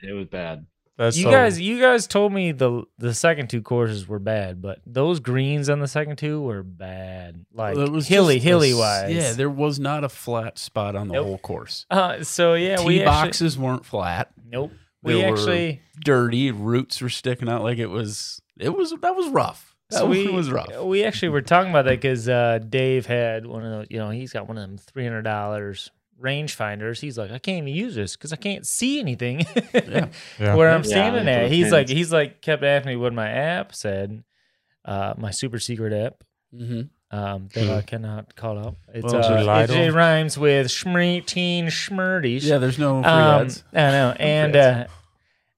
It was bad. That's you so- guys, you guys told me the the second two courses were bad, but those greens on the second two were bad. Like Well, it was hilly, just a hilly s- wise. Yeah, there was not a flat spot on the Nope. whole course. Uh, so yeah, Tee we actually, boxes weren't flat. nope. They We were- actually Dirty roots were sticking out like it was. It was that was rough. That so we was rough. We actually were talking about that because uh, Dave had one of those. You know, he's got one of them three hundred dollars range finders. He's like, I can't even use this because I can't see anything. Yeah. Yeah. where I'm Yeah, standing it's at. those He's like, pins. he's like, kept asking me what my app said, uh, my super secret app Mm-hmm. um, that I cannot call out. It's Well, is it uh, it, Lidl? it rhymes with schmreeteen schmurdies. Yeah, there's no free um, ads. I know. And uh,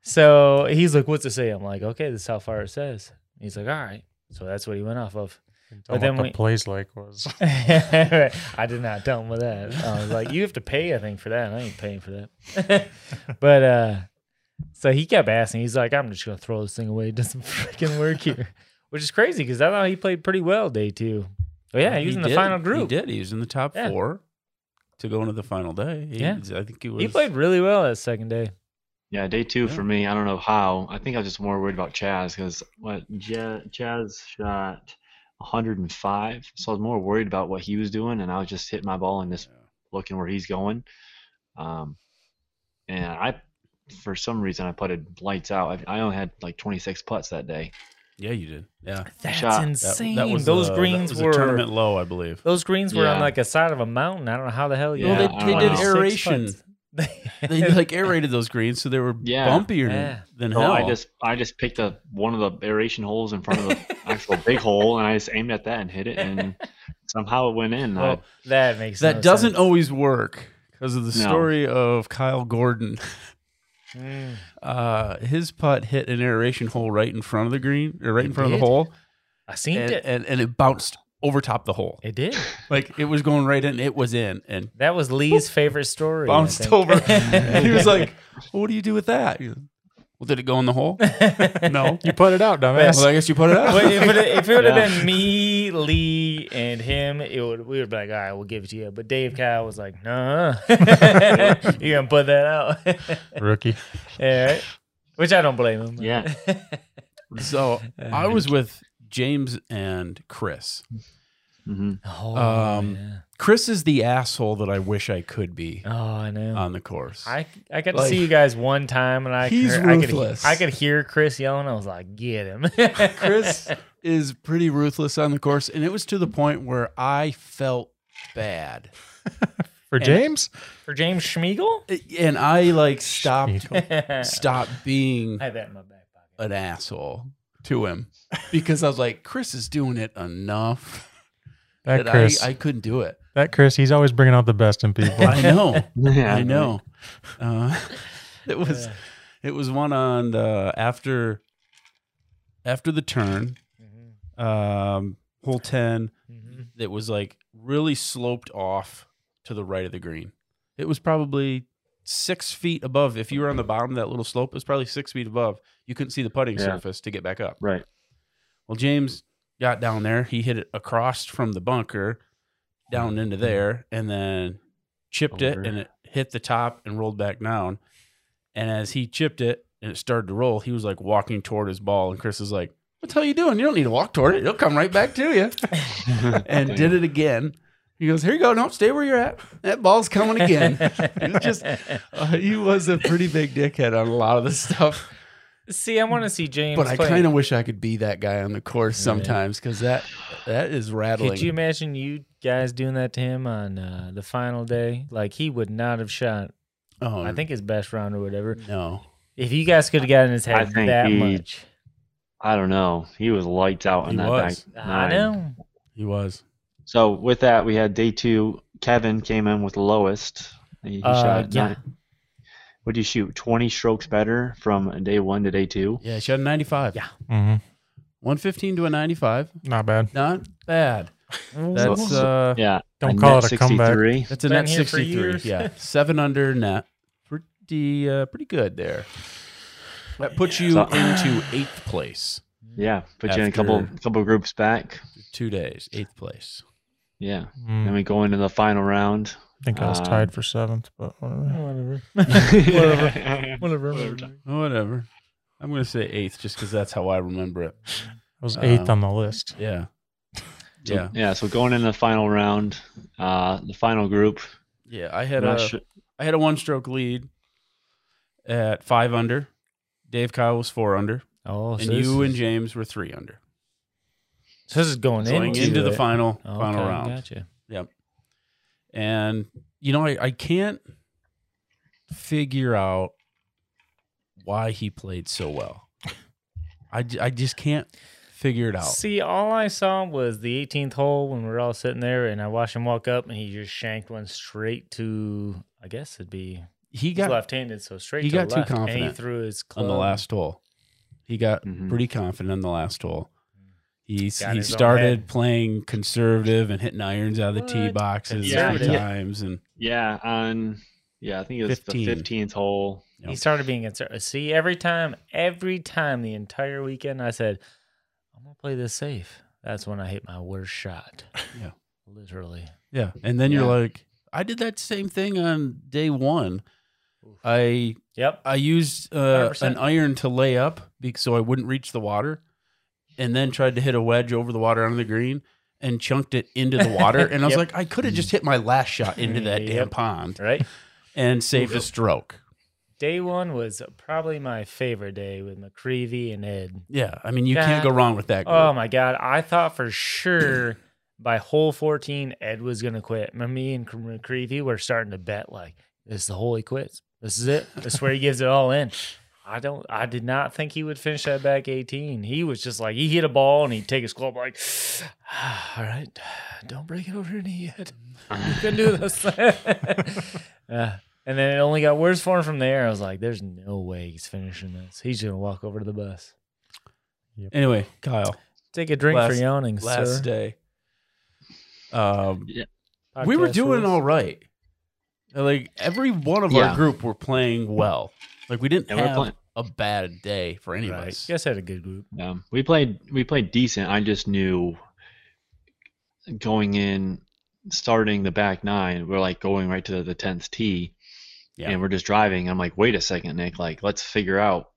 so he's like, what's it say? I'm like, okay, this is how far it says. He's like, all right. So that's what he went off of. Tell but what then the we- plays like was. I did not tell him with that. I was like, you have to pay, I think, for that. and I ain't paying for that. but uh so he kept asking. He's like, I'm just gonna throw this thing away. It doesn't freaking work here. Which is crazy because I thought he played pretty well day two. But yeah, he was in the did. final group. He did. He was in the top Yeah. four to go into the final day. He- Yeah. I think he was. He played really well that second day. Yeah, day two Yeah. for me. I don't know how. I think I was just more worried about Chaz because what Ja- Chaz shot 105, so I was more worried about what he was doing, and I was just hitting my ball and just looking where he's going. Um, and I, for some reason, I putted lights out. I, I only had like 26 putts that day. Yeah, you did. Yeah, That's Shot. That- that That- insane. that was those the- that greens was the were tournament low, I believe. those greens were on Yeah. like a side of a mountain. I don't know how the hell you. Well, they- had they did 26 aeration. putts. They like aerated those greens, so they were Yeah. bumpier Yeah. than So hell. Oh, I just I just picked up one of the aeration holes in front of the actual big hole, and I just aimed at that and hit it, and somehow it went in. Well, that makes that no doesn't sense. always work because of the No. story of Kyle Gordon. Mm. Uh, his putt hit an aeration hole right in front of the green, or right in It front of did. the hole, I seen and, it. and and it bounced over top the hole. It did. Like it was going right in, it was in, and That was Lee's favorite story. I bounced think. over. and he was like, well, "What do you do with that?" He goes, well, did it go in the hole? no. You put it out, dumbass. Well, I guess you put it out. But if it, if it would have Yeah. been me, Lee, and him, it would we would be like, all right, we'll give it to you. But Dave Kyle was like, nah, you gonna put that out? Rookie. yeah, right? which I don't blame him. Yeah. So I was with James and Chris. hmm oh, Um, yeah. Chris is the asshole that I wish I could be oh, I know. on the course. I I got to uh, like, see you guys one time, and I he's heard- I could he- ruthless. I could hear Chris yelling. I was like, get him, Chris is pretty ruthless on the course, and it was to the point where I felt bad, For James? for James Schmiegel. and I like stopped I stopped being have that in my back pocket. an asshole to him because I was like, Chris is doing it enough That that Chris. I, I couldn't do it. that Chris, he's always bringing out the best in people. I know, Yeah, I know. Uh, it was it was one on the, after after the turn, Mhm, um, hole ten. mhm. that was like really sloped off to the right of the green. It was probably six feet above. If you were on the bottom of that little slope, it was probably six feet above. You couldn't see the putting Yeah. surface to get back up. Right. Well, James got down there. He hit it across from the bunker down into there and then chipped Over. it and it hit the top and rolled back down. And as he chipped it and it started to roll, he was like walking toward his ball. And Chris is like, What the hell you doing? You don't need to walk toward it. It'll come right back to you and did it again. He goes, here you go. No, stay where you're at. That ball's Mm-hmm. coming again. It's just- Uh, he was a pretty big dickhead on a lot of this stuff, see, I want to see James. but I play. kind of wish I could be that guy on the course sometimes because that that is rattling. Could you imagine you guys doing that to him on uh, the final day? Like he would not have shot. oh, I think his best round or whatever. no. If you guys could have gotten his head think that he- much, I don't know. He was lights out on He that was. back I nine. know. He was. So with that, we had day two. Kevin came in with the lowest. He, he Uh, shot yeah. nine. What'd you shoot? 20 strokes better from day one to day two. Yeah, he shot a 95. Yeah. hmm 115 to a 95. Not bad. Not bad. That's So- uh, Yeah. Don't call net it a comeback. 63. that's a Been net here for 63. years. Yeah, seven under net. Pretty uh, pretty good there. That puts you So- into eighth place. Yeah. Put you in a couple After- couple groups back. Two days, eighth place. Yeah. Mm, Then Hmm. we go into the final round. I think I was uh, tied for seventh, but whatever. Whatever. Whatever. Whatever. Oh, whatever. I'm gonna say eighth just because that's how I remember it. I was Uh, eighth um, on the list. Yeah. So, Yeah. Yeah. So going into the final round, uh, the final group. Yeah. I had not a sure- I had a one stroke lead at five under. Dave Kyle was four under. Oh, so and this you is, and James were three under. so this is going Going into, into, the it. final Okay, final round. Gotcha. And you know, I, I can't figure out why he played so well. I, j- I just can't figure it out. See, all I saw was the 18th hole when we were all sitting there, and I watched him walk up, and he just shanked one straight to. I guess it'd be He he's got left-handed, so straight. he to got the too left, And he confident threw his club on the last hole. He got Mhm. pretty confident on the last hole. He Mm-hmm. Got he his own started head. playing conservative and hitting irons out of the tee What? boxes a few Conservative? times, and Yeah. On. Yeah. I think it was 15. the 15th hole. you know, He started being concerned. See, every time, every time the entire weekend, I said, I'm going to play this safe. That's when I hit my worst shot. Yeah. Literally. yeah. And then you're Yeah. like, I did that same thing on day one. Oof. I Yep. I used uh, 100%. an iron to lay up bec- so I wouldn't reach the water, and then tried to hit a wedge over the water onto the green and chunked it into the water. And I was Yep. like, I could have just hit my last shot into that damn Yep. pond Right? and saved a stroke. Day one was probably my favorite day with McCreevy and Ed. Yeah, I mean you can't go God. wrong with that. Group. Oh my god! I thought for sure by hole fourteen Ed was gonna quit. Me- Me and McCreevy were starting to bet like this is the hole he quits. This is it. This is where he gives it all in. I don't. I did not think he would finish that back eighteen. He was just like he hit a ball and he'd take his club like, all right, don't break it over your knee yet. You can do this. Uh, and then it only got worse for him from there. I was like, there's no way he's finishing this. He's gonna walk over to the bus. Anyway, Kyle, Take a drink Last- for yawning, sir. last day. Um, we Podcast were doing rules. all right. Like every one of Yeah. our group were playing well. Like we didn't Yeah, we're have playing. a bad day for any of Right. us. You guys had a good group. Um, we played we played decent. I just knew going in, starting the back nine, we're like going right to the tenth tee, Yeah. and we're just driving. I'm like, wait a second, Nick. Like, let's figure out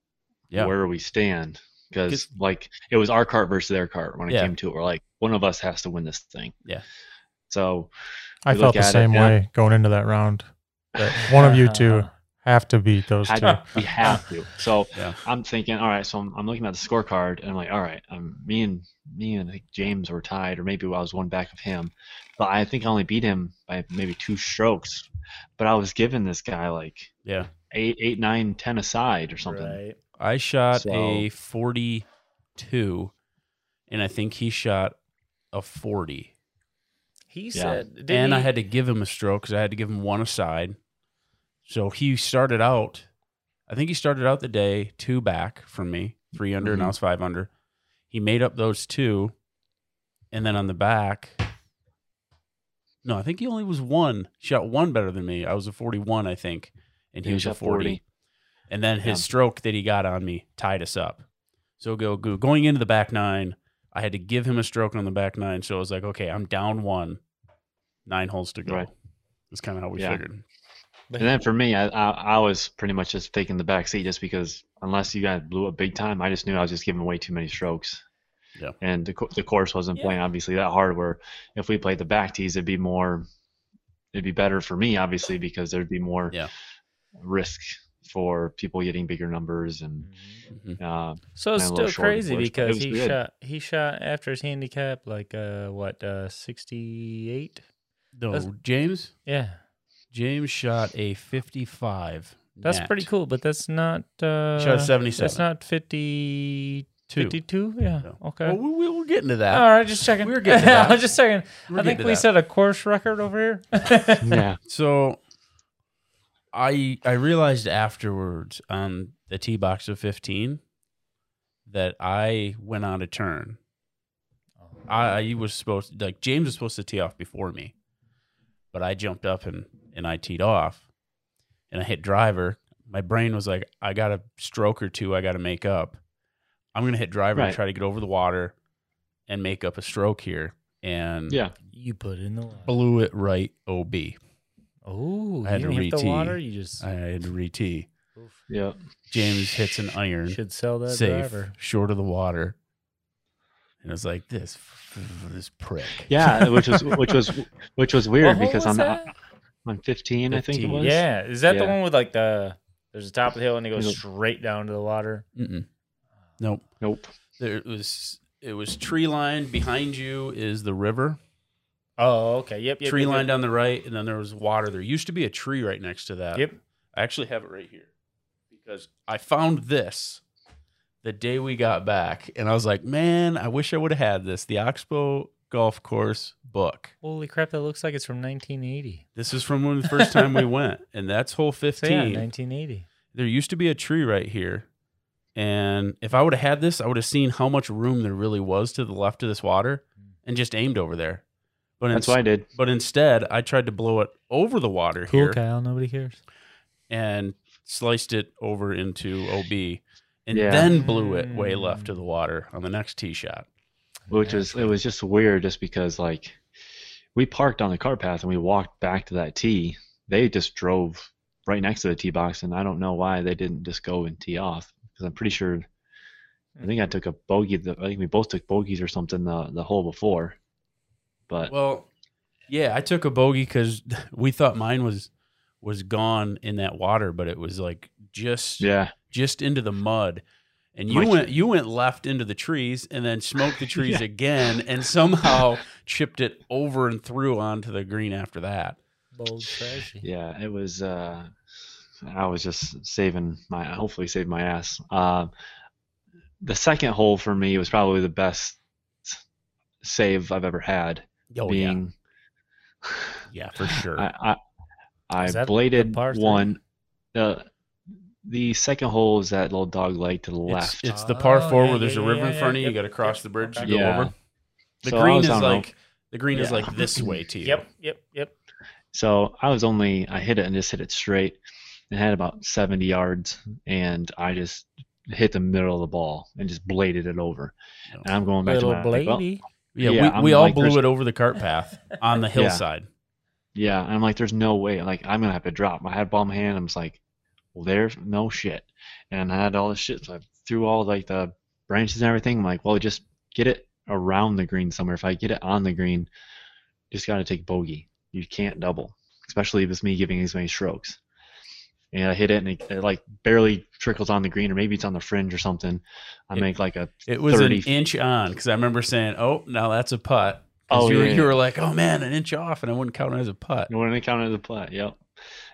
Yeah. where we stand because 'Cause- like it was our cart versus their cart when it Yeah. came to it. We're like, one of us has to win this thing. Yeah. So I You felt look the at it, same yeah. way going into that round. That one of you two have to beat those had two. we have to. So Yeah. I'm thinking, all right. So I'm, I'm looking at the scorecard, and I'm like, all right. Um, me and me and I think James were tied, or maybe I was one back of him. But I think I only beat him by maybe two strokes. But I was giving this guy like Yeah. eight, eight, nine, ten aside or something. Right. I shot So- a 42 and I think he shot a 40. He Yeah. said, did and I he- had to give him a stroke cuz I had to give him one aside. So he started out I think he started out the day 2 back from me, 3 under and I Mhm. was 5 under. He made up those two and then on the back No, I think he only was one. Shot one better than me. I was a 41, I think, and he Yeah, he was a shot 40. 40. And then his Yeah. stroke that he got on me tied us up. So go, go going into the back nine, I had to give him a stroke on the back nine. So I was like, okay, I'm down one, nine holes to go. Right. That's kind of how we Yeah. figured. And then for me, I, I I was pretty much just taking the back seat just because unless you guys blew up big time, I just knew I was just giving away too many strokes. Yeah. And the, co- the course wasn't playing obviously that hard. Where if we played the back tees, it'd be more, it'd be better for me obviously because there'd be more Yeah. risk for people getting bigger numbers and Mhm. uh, so it's my little still shoulder crazy blades, but it because was he good. shot he shot after his handicap like uh what uh 68. No, That's- James, Yeah. James shot a 55. That's nat. pretty cool, but that's not uh He shot a 77. That's not 50 Two. 52? Yeah. No. Okay. Well, we, we, we're getting to that. all right, just checking. we Oh, were getting to that. I was just checking. We're I getting think to we that. set a course record over here. yeah, So I I realized afterwards on the tee box of 15 that I went on a turn. Oh. I, I was supposed like James was supposed to tee off before me, but I jumped up and and I teed off, and I hit driver. My brain was like, I got a stroke or two, I got to make up. I'm gonna hit driver and Right. try to get over the water, and make up a stroke here. And yeah. you put in the water. blew it right ob. Oh, you I had didn't to hit the re-tee. water. You just I had to re tee. Oof. Yeah. James hits an iron, should sell that safe, driver. short of the water, and it's like this this prick. Yeah, which was which was which was What weird hole because was on that? on 15, I think it 15. was. Yeah, is that the Yeah. one with like the there's the top of the hill and it goes There's a- straight down to the water? Mm-mm. Nope. Nope. There it was it was tree lined behind you is the river. Oh, okay. Yep, yep. tree yep, line yep. down the right, and then there was water. There used to be a tree right next to that. Yep. I actually have it right here because I found this the day we got back, and I was like, man, I wish I would have had this. The Oxbow Golf Course book. Holy crap! That looks like it's from 1980. This is from when the first time we went, and that's hole So 15. yeah, 1980. there used to be a tree right here. And if I would have had this, I would have seen how much room there really was to the left of this water and just aimed over there. But, ins- That's what I did. but instead, I tried to blow it over the water Cool, here Kyle. Nobody cares. and sliced it over into OB and Yeah. then blew it way left Mm. to the water on the next tee shot. which was it was just weird just because like we parked on the car path and we walked back to that tee they just drove right next to the tee box and i don't know why they didn't just go and tee off because i'm pretty sure i think i took a bogey the, i think we both took bogeys or something the, the hole before but Well, yeah, I took a bogey because we thought mine was was gone in that water, but it was like just Yeah. just into the mud. And you Mikey. went you went left into the trees and then smoked the trees Yeah. again and somehow chipped it over and through onto the green after that. Bold strategy. Yeah, it was. Uh, I was just saving my, hopefully saved my ass. Um, the second hole for me was probably the best save I've ever had. Oh being, yeah. Yeah, for sure. I, I, Is I that the bladed par three? one. The the second hole is that little dog leg to the it's, left. it's the par Oh, four yeah, where there's yeah, a river yeah, in yeah, front of you. You yep, got to cross yep, the bridge to okay. go Yeah. over. The So I green was is on a- like the green is Yeah. like this way to you. Yep, yep, yep. So I was only I hit it and just hit it straight. It had about 70 yards, and I just hit the middle of the ball and just bladed it over. No. And I'm going back Little to my like, well, blady. Yeah, Yeah, we, I'm we all like, blew there's- it over the cart path on the hillside. Yeah, and I'm like, there's no way. Like, I'm gonna have to drop. I had ball in my hand. I'm just like, well, there's no shit. And I had all this shit. So I threw all like the branches and everything. I'm like, well, just get it around the green somewhere. If I get it on the green, just gotta take bogey. You can't double, especially if it's me giving as many strokes. And I hit it, and it, it like barely trickles on the green, or maybe it's on the fringe or something. I It- make like a It was 30 an inch on because I remember saying, "Oh, now that's a putt." 'Cause Oh, you, were- yeah, you were yeah. like, "Oh man, an inch off," and I wouldn't count it as a putt. You wouldn't have counted as a putt. Yep.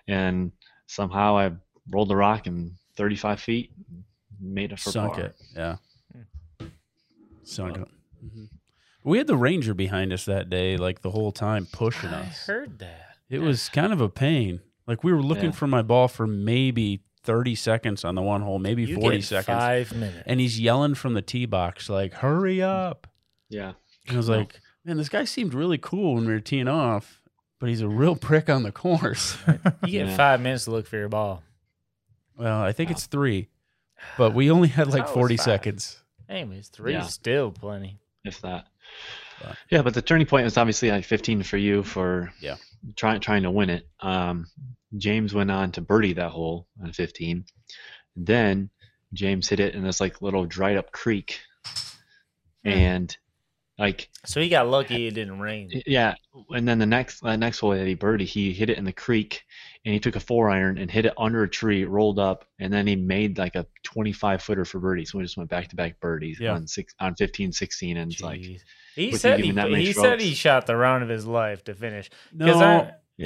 And somehow I rolled the rock and 35 feet, made it for Sunk par. it, yeah. Hmm. Sunk Oh. it. Mhm. We had the ranger behind us that day, like the whole time pushing I us. heard that. It was kind of a pain. Like we were looking Yeah. for my ball for maybe thirty seconds on the one hole, maybe You forty get seconds, Five minutes. and he's yelling from the tee box like, "Hurry up!" Yeah. And I was like, man, this guy seemed really cool when we were teeing off, but he's a real prick on the course. You get Yeah. five minutes to look for your ball. well, I think Wow. it's three, but we only had That like was 40 five. seconds. Anyways, three Yeah. is still plenty. If that. But- Yeah. But the turning point was obviously like 15 for you for Yeah. trying trying to win it. Um, James went on to birdie that hole on 15. Then James hit it in this like little dried up creek. Hmm. And like So he got lucky it didn't rain. Yeah, and then the next uh, next hole that he birdie, he hit it in the creek, and he took a four iron and hit it under a tree, rolled up, and then he made like a 25 footer for birdie. So we just went back to back birdies Yeah. on six on 15, 16, and it's like Jeez. He With you said he, giving that many he said he strokes. shot the round of his life to finish. 'Cause No,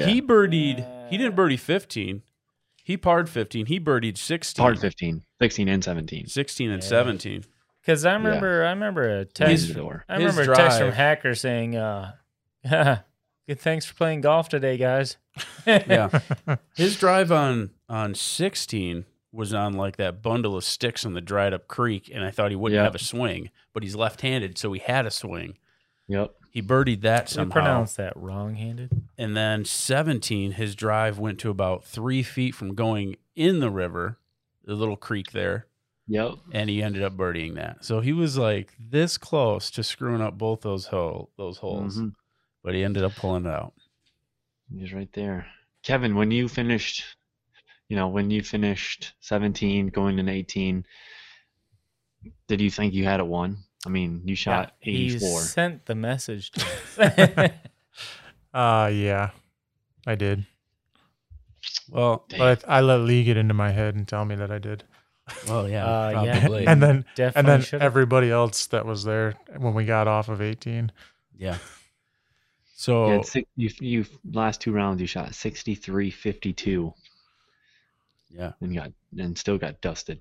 I- he birdied, he didn't birdie 15. He parred 15. He birdied 16. hard 15, 16, and 17. 16 and Yeah. 17. Because I Yeah. remember, I remember a Into text. the door. I his remember a text from drive- Hacker saying, uh, "Good, thanks for playing golf today, guys." Yeah. His drive on on 16 was on like that bundle of sticks on the dried up creek, and I thought he wouldn't Yeah. have a swing, but he's left handed, so he had a swing. Yep. He birdied that we somehow. pronounced that wrong-handed. And then 17, his drive went to about three feet from going in the river, the little creek there, Yep. and he ended up birdieing that. So he was like this close to screwing up both those hole those holes, Mhm. but he ended up pulling it out. He's right there. Kevin, when you finished, you know, when you finished 17, going into 18, did you think you had it won? I mean, you shot Yeah, 84. He sent the message to us. Uh, yeah, I did. Well, Damn. But I, I let Lee get into my head and tell me that I did. well, yeah, Uh, yeah. probably. and then and Definitely then should have. everybody else that was there when we got off of 18. yeah. You, So had six, you, you last two rounds you shot 63 52 yeah, and got and still got dusted.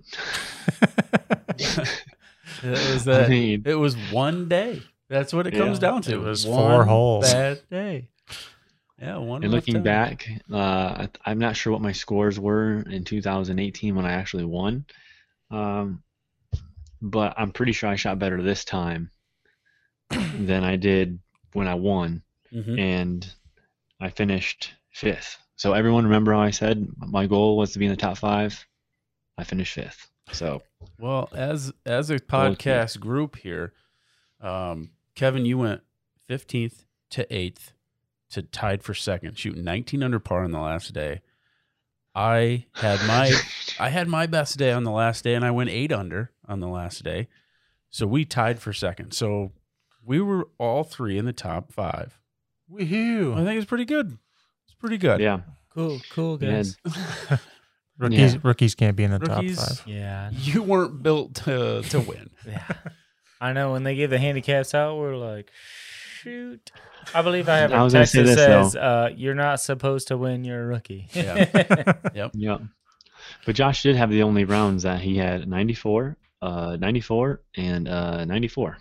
it was I that. mean, It was one day. That's what it comes Yeah. down to. It was One four holes. Bad day. Yeah, one. and rough looking time. back, uh, I- I'm not sure what my scores were in 2018 when I actually won. Um, but I'm pretty sure I shot better this time than I did when I won. Mhm. and I finished fifth. So everyone remember how I said my goal was to be in the top five. I finished fifth. So Well, as as a Both, yeah. podcast group here, um, Kevin, you went fifteenth to eighth to tied for second, shooting nineteen under par on the last day. I had my I had my best day on the last day, and I went eight under on the last day, so we tied for second. So we were all three in the top five. I Woohoo! think it's pretty good. It's pretty good. yeah, cool, cool we had, guys. Rookies Yeah. rookies can't be in the Rookies- top five. Yeah. You weren't built to to win. Yeah. I know when they give the handicaps out, we're like, shoot. I believe I have I a was gonna text say that this, though. says, uh, you're not supposed to win, you're a rookie. Yeah. Yep. But Josh did have the only rounds that he had 94, uh, 94, and uh, 94.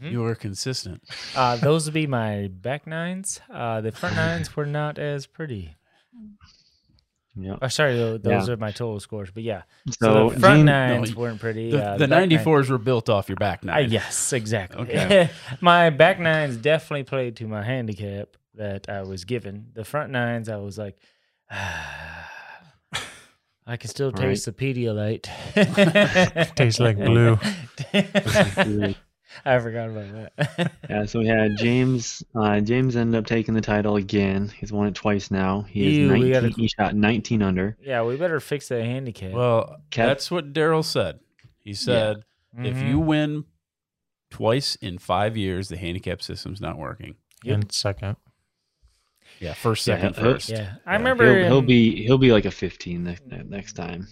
Mhm. You were consistent. uh, those would be my back nines. Uh, the front nines were not as pretty. Yep. Oh, sorry, tho- those are my total scores. But yeah, so, So, the front Gene- no, nines you- weren't pretty. The, uh, the back nine- 94s were built off your back Uh, nine. yes, exactly. Okay. my back nines definitely played to my handicap that I was given. The front nines, I was like, ah, I can still Right. taste the Pedialyte. Tastes like blue. I forgot about that. yeah, so we had James. Uh, James ended up taking the title again. He's won it twice now. He, Ew, is we 19, gotta- he shot 19 under. yeah, we better fix that handicap. Well, Kev- Mm-hmm. that's what Daryl said. He said, if Mhm. you win twice in five years, the handicap system's not working. Yep. And second. Yeah, first, Yeah, second, uh, first. yeah, I Yeah, remember He'll, he'll in- be he'll be like a 15 next, next time.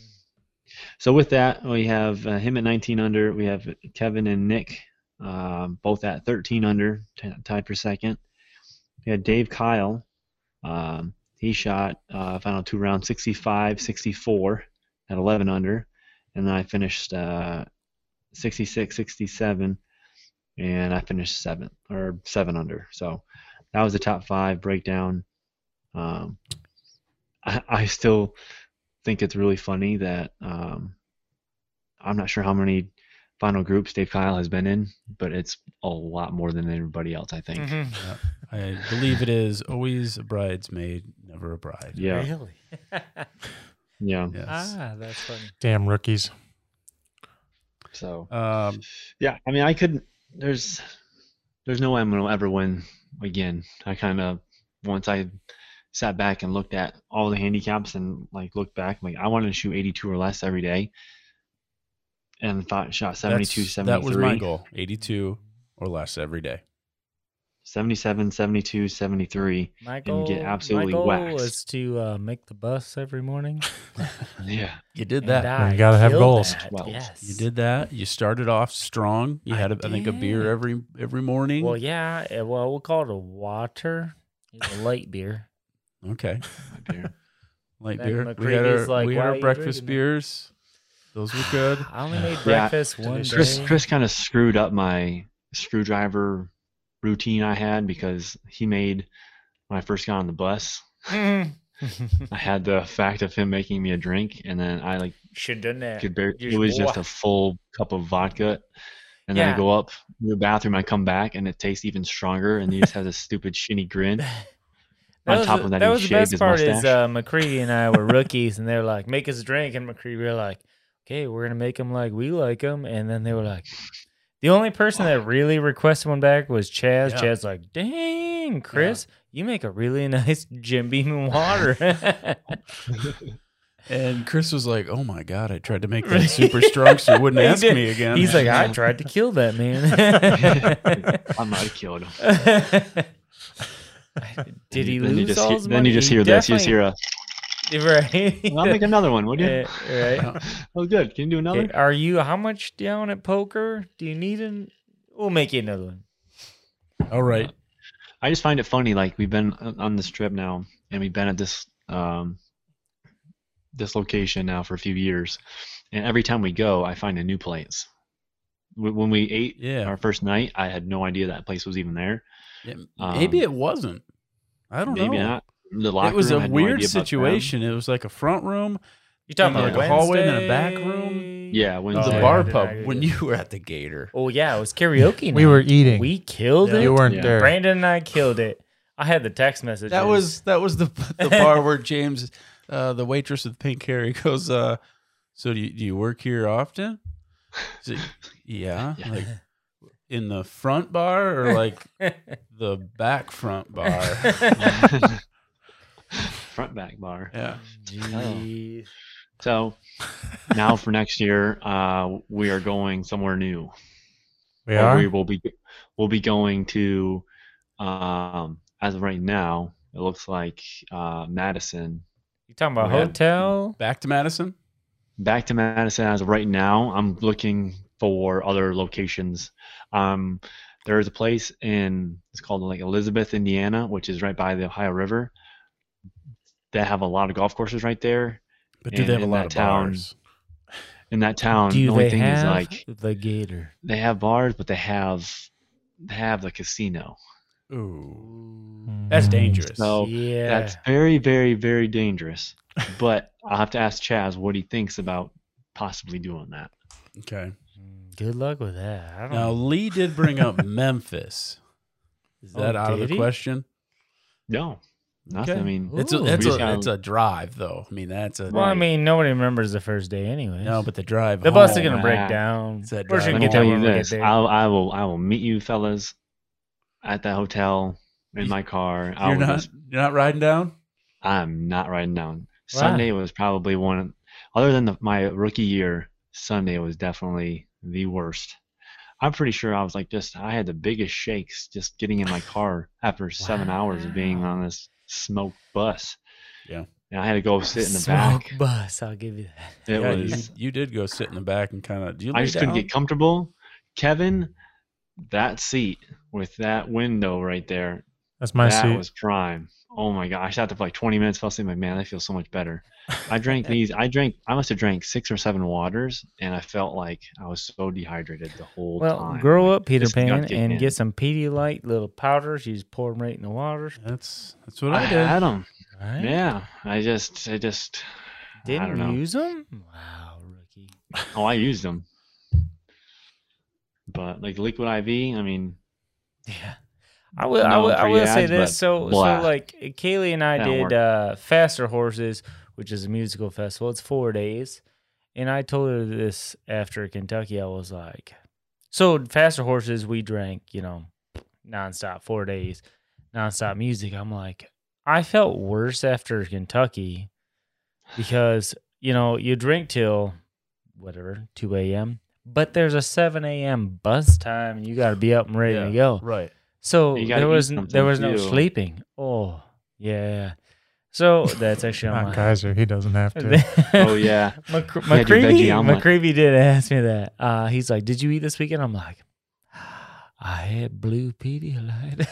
So with that, we have uh, him at 19 under. We have Kevin and Nick um, both at 13 under, t- tied for second. We had Dave Kyle. Um, he shot uh, final two rounds 65, 64 at 11 under, and then I finished uh, 66, 67, and I finished seventh or seven under. So that was the top five breakdown. Um, I, I still think it's really funny that um, I'm not sure how many final groups Dave Kyle has been in, but it's a lot more than everybody else, I think. Mhm. I believe it is always a bridesmaid, never a bride. Yeah. Really? Yeah. Yes. ah, that's funny. Damn rookies. So Um, yeah, I mean, I couldn't. There's there's no way I'm gonna ever win again. I kind of once I sat back and looked at all the handicaps and like looked back, like I wanted to shoot 82 or less every day, and thought shot 72, that's- That was 73. my goal 82 or less every day. 77, 72, 73. My get goal, absolutely my goal waxed. was to uh, make the bus every morning. Yeah. You did and that. I You gotta have killed goals. that, Well, yes. You did that. You started off strong. You I had, a, I think, a beer did. every every morning. Well, yeah. eh, Well, we'll call it a water. It's a light beer. okay, my beer. light Then beer. We McCready's had our, like, we "Why had are our you breakfast drinking that?" beers. Those were good. I only made Yeah. breakfast one day. Chris Chris kind of screwed up my screwdriver routine I had because he made when I first got on the bus. I had the fact of him making me a drink, and then I like should done that. could barely. You're It was just wa- a full cup of vodka, and then Yeah. I go up to the bathroom. I come back, and it tastes even stronger. And he just has a stupid shinny grin. That on was top the- of that, that he was the shaved best his part is mustache. uh, McCready and I were rookies, and they were like, "Make us a drink," and McCready we were like, "Okay, we're gonna make them like we like them," and then they were like, "The only person that really requested one back was Chaz." Yeah. Chaz like, "Dang, Chris, you make a really nice Jim Beam and water." And Chris was like, "Oh my god, I tried to make that super strong, so you wouldn't He ask did. me again." He's like, "I tried to kill that man." I might have killed him. Did he then you lose just all hear- his Then you money? just He hear this. You just hear a. definitely- Well, I'll make right? another one, would you? Eh, right. Oh, good. Can you do another? Okay, Are you how much down at poker? Do you need an? We'll make you another one. "All right, I just find it funny. Like we've been on on this trip now, and we've been at this um, this location now for a few years, and every time we go, I find a new place. Wh- When we ate yeah, our first night, I had no idea that place was even there. Yeah, maybe it wasn't. I don't Um, Maybe know. not. The locker it was room, I a had no weird idea about them. situation. It was like a front room, You talking Yeah, about like a hallway and then a back Wednesday? room? Yeah, when the Oh, yeah, bar I did, I pub. did. When you were at the Gator, Oh yeah, it was karaoke. We night. were eating. we killed Yeah. it. you weren't Yeah. there. Brandon and I killed it. I had the text message. that was that was the the bar where James, uh, the waitress with pink hair, he goes, uh, "So do you, do you work here often?" He's like, yeah, Yeah. like in the front bar or like the back front bar. Front back bar. Yeah, Jeez. So now for next year, uh, we are going somewhere new. We or we are. will be we'll be going to um as of right now it looks like uh madison You talking about Yeah. hotel? Back to Madison. back to Madison as of right now. I'm looking for other locations. Um, there is a place in it's called like Elizabeth, Indiana, which is right by the Ohio River. They have a lot of golf courses right there But do they have And a in lot that of town, bars? in that town. Do Um, the only they thing have is like the gator? they have bars, but they have they have the casino. Ooh, Mm. Mm-hmm. that's dangerous. So yeah. That's very, very, very dangerous. But I'll have to ask Chaz what he thinks about possibly doing that. Okay. Mm, Good luck with that. I don't Now know. Lee did bring up Memphis. Is Oh, that out of the did he? question? No, nothing. Okay. I mean, It's a Ooh. it's We just a, gotta- it's a drive though. I mean that's a Well, I Right. mean, nobody remembers the first day, anyways. no, but the drive. the bus is home- gonna break man. down. It's that We're just drive home. gonna get Oh, Let me tell that you when we get this: there. I'll, I will, I will meet you fellas at that hotel in You- my car. I You're will not just- you're not riding down. I'm not riding down. Why? Sunday was probably one, other than the, my rookie year. Sunday was definitely the worst. I'm pretty sure I was like just I had the biggest shakes just getting in my car after seven hours of being Wow. on this smoke bus. Yeah. and I had to go sit in the Smoke back. bus. I'll give you that. It Yeah, you, was. you did go sit in the back and kind of. I just couldn't get comfortable. Kevin, that seat with that window right there, That's my that seat. was prime. Oh my gosh, I sat there for like 20 minutes. Fell asleep. Like, man, I feel so much better. I drank these. I drank. I must have drank six or seven waters, and I felt like I was so dehydrated the whole Well, time. grow up, Peter just got Pan, kicked and in. get some Pedialyte little powders. You just pour them right in the water. That's that's what I I, did. had them. Right? Yeah, I just, I just, I don't Didn't know. use them? Wow, rookie. oh, I used them. But like liquid IV, I mean, Yeah. I will, I Known will, I for will say yads, this. but So, blah. so like Kaylee and I That did worked. uh, Faster Horses, which is a musical festival. It's four days. And I told her this after Kentucky. I was like, so Faster Horses, we drank, you know, nonstop, four days, nonstop music. I'm like, I felt worse after Kentucky because, you know, you drink till whatever, 2 a.m., but there's a 7 a.m. bus time and you got to be up and ready to Yeah, go. Right. So You gotta there eat was n- there something, was no too. sleeping. Oh yeah. So that's actually on Not my. Kaiser. He doesn't have to. oh yeah. McCre- You had your McCreevy, veggie omelet. McCreevy did ask me that. Uh, he's like, "Did you eat this weekend?" I'm like, "I had blue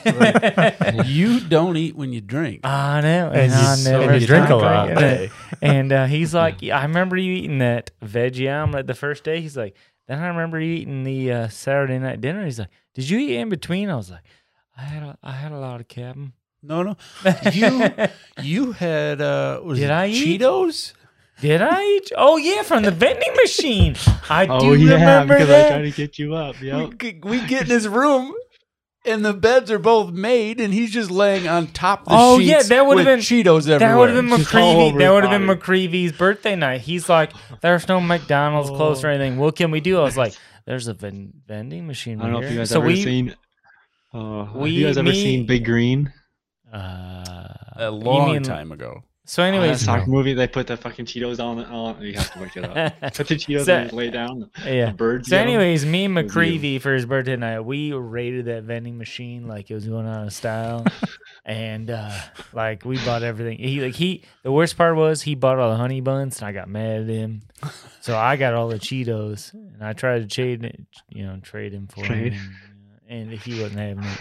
Pedialyte." you don't eat when you drink. I know, And and, you- I and never you drink a stopped lot. drinking Hey, it. And uh, he's like, "Yeah, "I remember you eating that veggie omelet the first day." He's like, "Then I remember you eating the uh, Saturday night dinner." He's like, "Did you eat in between?" I was like, "I had a, I had a lot of cabin." no, no. You you had uh was Did it I eat? Cheetos? Did I? eat- Oh yeah, from the vending machine. I Oh do yeah, remember because I that. tried to get you up. Yep. We, g- we get in his room and the beds are both made and he's just laying on top of the Oh, sheets yeah, that would've with been- Cheetos everywhere. That would have been Just all McCreevy. over That his would have been body. McCreevy's birthday night. He's like, "There's no McDonald's close Oh. or anything. What can we do?" I was like, "There's a ven- vending machine." I don't know right if here." you guys so ever we, seen. Uh, we- have you guys ever seen me- Big Green? Uh, a you long mean- time ago. So, Anyway, anyways, that soccer movie they put the fucking Cheetos on. on you have to look it up. Put the Cheetos So- and lay down. The yeah. birds. So, get 'em. anyways, me and It was you. McCreevy for his birthday night, we raided that vending machine like it was going out of style, and uh, like we bought everything. He like he the worst part was he bought all the honey buns, and I got mad at him, so I got all the Cheetos, and I tried to trade it, you know trade him for Trade. him, and he wasn't having it.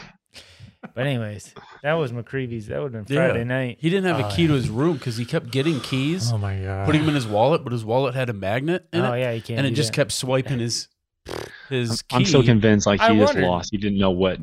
But anyways, that was McCreevy's. That would have been Yeah. Friday night. He didn't have Oh, a key to his room because he kept getting keys, Oh my god. putting them in his wallet, but his wallet had a magnet in oh it, yeah, you can't. and it do just that. kept swiping his his key. I'm still convinced like he I just wondered- lost. He didn't know what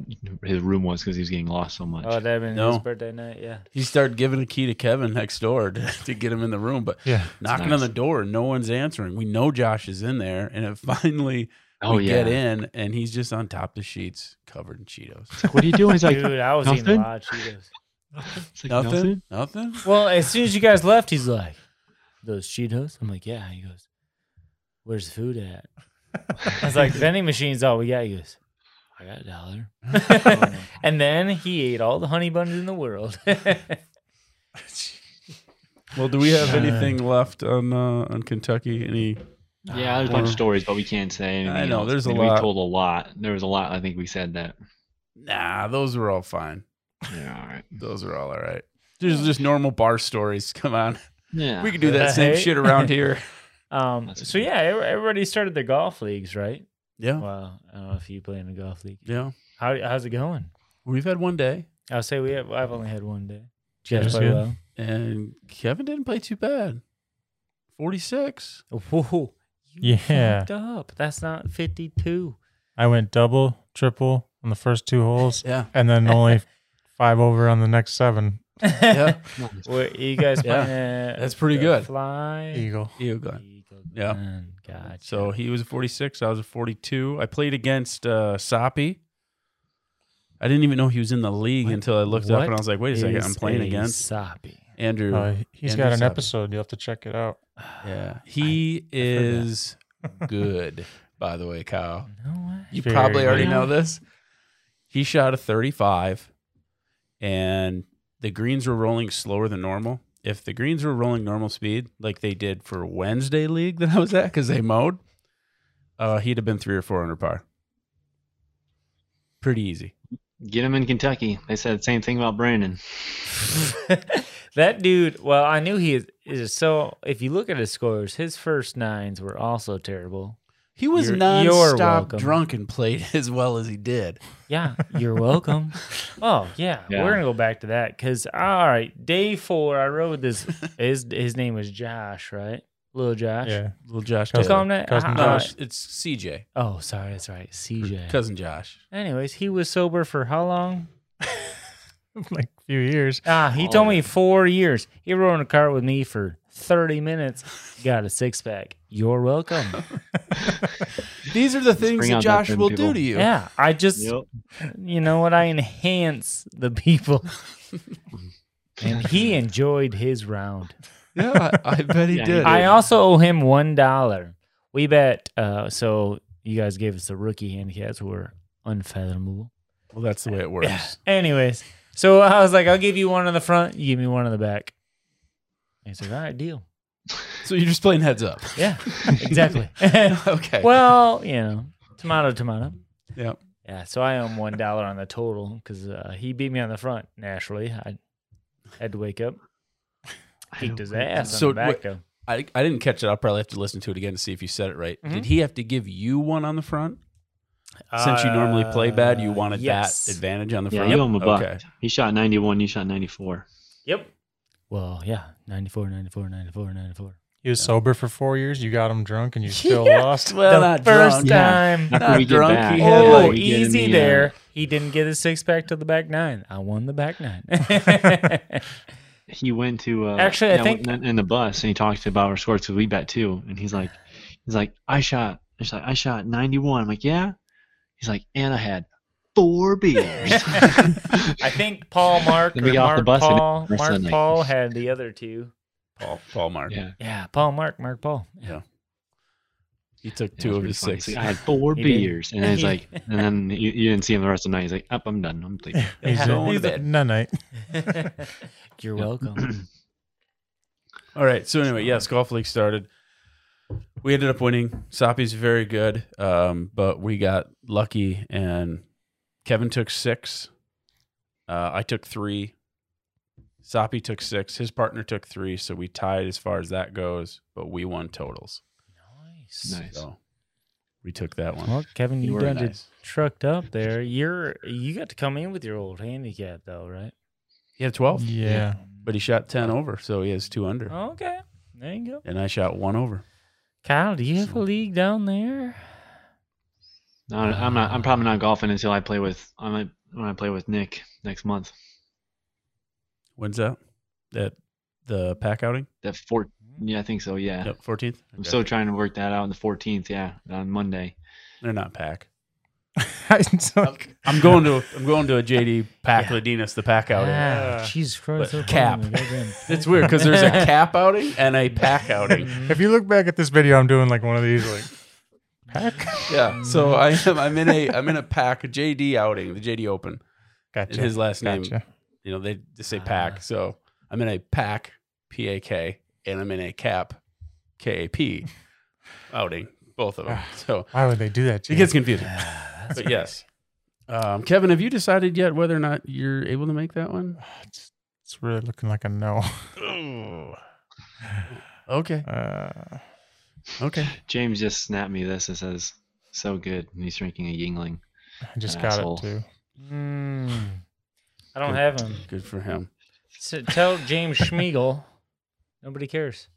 his room was because he was getting lost so much. Oh, that had been No. his birthday night. Yeah. He started giving a key to Kevin next door to, to get him in the room, but Yeah. knocking nice. on the door, no one's answering. We know Josh is in there, and it finally oh we yeah. get in, and he's just on top of the sheets, covered in Cheetos. What are you doing? He's like, Dude, I was eating nothing? a lot of Cheetos. it's like Nothing, nothing. Well, as soon as you guys left, he's like, "Those Cheetos." I'm like, "Yeah." He goes, "Where's the food at?" I was like, "Vending machine's all we got." He goes, "I got a dollar." and then he ate all the honey buns in the world. Well, do we have Shut up. anything left on uh, on Kentucky? Any? Yeah, there's a bunch Or- of stories, but we can't say anything. Ah, know, else. there's a I mean, lot. We told a lot. There was a lot. I think we said that. Nah, those were all fine. Yeah, all right. Those are all all right. These are just normal bar stories. Come on. Yeah. We could do that same Hey. shit around here. Um, That's so okay. yeah, ev- everybody started their golf leagues, right? Yeah. Well, I don't know if you play in a golf league. Yeah. How how's it going? We've had one day, I'll say we have. I've only had one day. Did you Yeah, guys it's play good. well? and Kevin didn't play too bad. 46. Whoa, you Yeah. fucked up. That's not fifty-two. I went double, triple on the first two holes, Yeah. and then only five over on the next seven. Yeah. Were you guys Yeah, playing? Yeah, that's pretty good. Fly. Eagle. Eagle gun. Eagle Yeah. gun. Gotcha. So he was a 46. I was a 42. I played against uh, Soppy. I didn't even know he was in the league What- until I looked up what and I was like, wait a second, I'm is playing a against Soppy. Andrew. Oh, Uh, he's Andrew got an Savage. episode. You'll have to check it out. yeah. He is good, by the way, Kyle. No way. You Very probably already good. know this. He shot a 35 and the greens were rolling slower than normal. If the greens were rolling normal speed like they did for Wednesday league that I was at cuz they mowed, uh he'd have been 3 or 4 under par. Pretty easy. Get him in Kentucky. They said the same thing about Brandon. that dude. Well, I knew he is, is so. If you look at his scores, his first nines were also terrible. He was You're- you're nonstop welcome. drunk and played as well as he did. Yeah, you're welcome. oh yeah, Yeah. we're gonna go back to that because all right, day four, I rode this. His his name was Josh, right? Little Josh. Yeah. Little Josh. Taylor. Let's call him that. Cousin Ah, No, ah, it's, it's CJ. Oh, sorry, that's right, CJ. Cousin Josh. Anyways, he was sober for how long? like a few years. Ah, he told me four years. He rode in a car with me for thirty minutes. Got a six pack. You're welcome. These are the things bring that out that Josh thin will do people. to you. Yeah, I just Yep. you know what? I enhance the people. and he enjoyed his round. Yeah, I I bet he Yeah, did. he did. I also owe him one dollar. We bet. Uh, so you guys gave us the rookie handicaps who were unfathomable. well, that's the way it works. Anyways, so I was like, I'll give you one on the front. You give me one on the back. And he said, All right, deal. So you're just playing heads up. Yeah, exactly. Okay. well, you know, tomato, tomato. yeah. Yeah, so I owe him one dollar on the total because uh, he beat me on the front. Naturally, I had to wake up, kicked his ass on So the back what- though. I, I didn't catch it. I'll probably have to listen to it again to see if you said it right. Mhm. Did he have to give you one on the front? Since you normally play bad, you Uh, wanted yes. that advantage on the Yeah, front. you owe him a buck. Okay. He shot 91, you shot 94. Yep. Well, yeah, 94, 94, 94, 94. He was sober for four years. You got him drunk, and you still Yeah. lost. Well, the not first drunk. time. Not After we get Ah, drunk, back, he had, Oh, like, we get in easy the, uh, there. He didn't get his six pack to the back nine. I won the back nine. he went to uh, Actually, I yeah, think- went in, in the bus and he talked about our scores because we bet too, and he's like, he's like, I shot, he's like, I shot 91. I'm like, yeah. He's like, and I had four beers. I think Paul Mark Then we or get off Mark the bus and- Paul, or Mark something. Paul had the other two. Paul, Paul Mark. yeah, Yeah, Paul Mark, Mark Paul. He took Yeah, two it was of pretty his funny. six. He's like, I had four He did. beers, and then he's like, and then you, you didn't see him the rest of the night. He's like, up, I'm done. I'm sleeping. He's Yeah. Going to he's a- bed. no night. You're welcome. All right. So anyway, yes, golf league started. We ended up winning. Soppy's very good, um, but we got lucky, and Kevin took six. Uh, I took three. Soppy took six. His partner took three, so we tied as far as that goes. But we won totals, nice. Nice. so we took that one. Well, Kevin, you, Very done did nice. trucked up there. You're you got to come in with your old handicap though, right? He had Oh. twelve, Yeah. but he shot ten over, so he has two under, Oh. Okay. There you go. and I shot one over. Kyle, do you have a league down there? No, I'm not. I'm probably not golfing until I play with. I'm like, when I play with Nick next month. When's that? That the pack outing? That four. Yeah, I think so. Yeah. Yep, fourteenth. I'm still trying to work that out on the 14th. Yeah, on Monday. They're not pack. It's like- I'm going to I'm going to a JD Pack Yeah. Ladinas the pack outing. Ah, Jesus Christ. oh, But so far cap. in the goddamn- It's weird because there's a cap outing and a pack outing. if you look back at this video, I'm doing like one of these like pack. Yeah, so I am I'm in a I'm in a pack a JD outing the JD Open. Gotcha. And his last name, gotcha. you know, they just say Ah. pack. So I'm in a pack P A K and I'm in a cap K A P outing. Both of them. Ah. So Why would they do that? To it you? gets confusing. But yes. Um, Kevin, have you decided yet whether or not Ah, you're able to make that one? it's, it's really looking like a no. Okay. Uh, Okay. James just snapped me this and says, "So good." And he's drinking a Yingling. I just An got asshole. it too. Mm, I don't Good. have him. Good for him. So tell James Schmiegel. Nobody cares.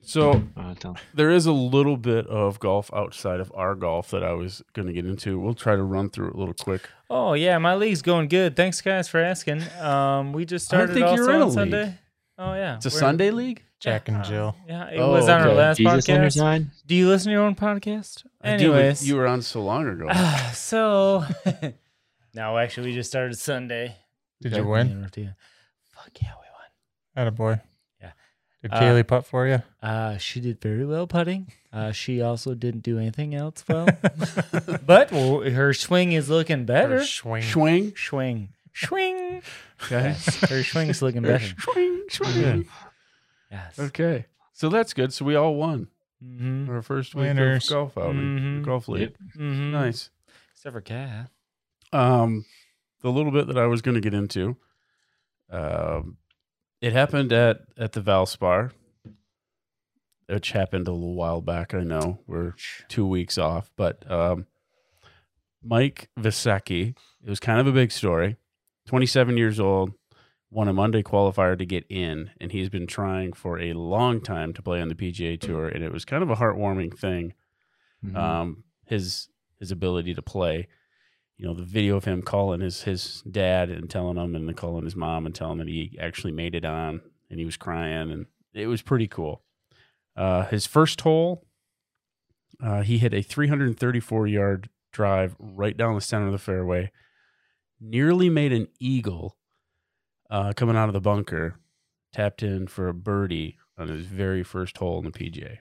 So Uh, don't- there is a little bit of golf outside of our golf that I was going to get into. We'll try to run through it a little quick. Oh yeah, my league's going good. Thanks guys for asking. Um, we just I don't started think also you're in on a Sunday. league. Oh yeah, It's a we're- Sunday league. Jack and Jill. Yeah, it Oh, was on our okay. last Jesus on your podcast. side. Do you listen to your own podcast? I do, but Anyways, you were on so long ago. Ah, so no, actually, we just started Sunday. Did Okay. you Let me win? interrupt you. Fuck yeah, we won. Attaboy. boy. Yeah. Did Uh, Kaylee putt for you? Uh, she did very well putting. Uh, she also didn't do anything else well, but w- her swing is looking better. Or swing. Swing. swing, swing. Okay. her swing's looking better. Swing. Swing. Yes. Okay. So that's good. So we all won Mm-hmm. our first week Winners. of golf outing, Mhm. golf league. Yep. Mm-hmm. Nice. Except for Cat. Um, the little bit that I was going to get into, um, it happened at at the Valspar, which happened a little while back. I know we're two weeks off, but um, Mike Visecki. It was kind of a big story. Twenty seven years old. Won a Monday qualifier to get in, and he's been trying for a long time to play on the PGA Tour, and it was kind of a heartwarming thing Mhm. um, his his ability to play. You know, the video of him calling his his dad and telling him, and then calling his mom and telling him that he actually made it on, and he was crying, and it was pretty cool. Uh, his first hole, uh, he hit a 334 yard drive right down the center of the fairway, nearly made an eagle uh, coming out of the bunker, tapped in for a birdie on his very first hole in the PGA.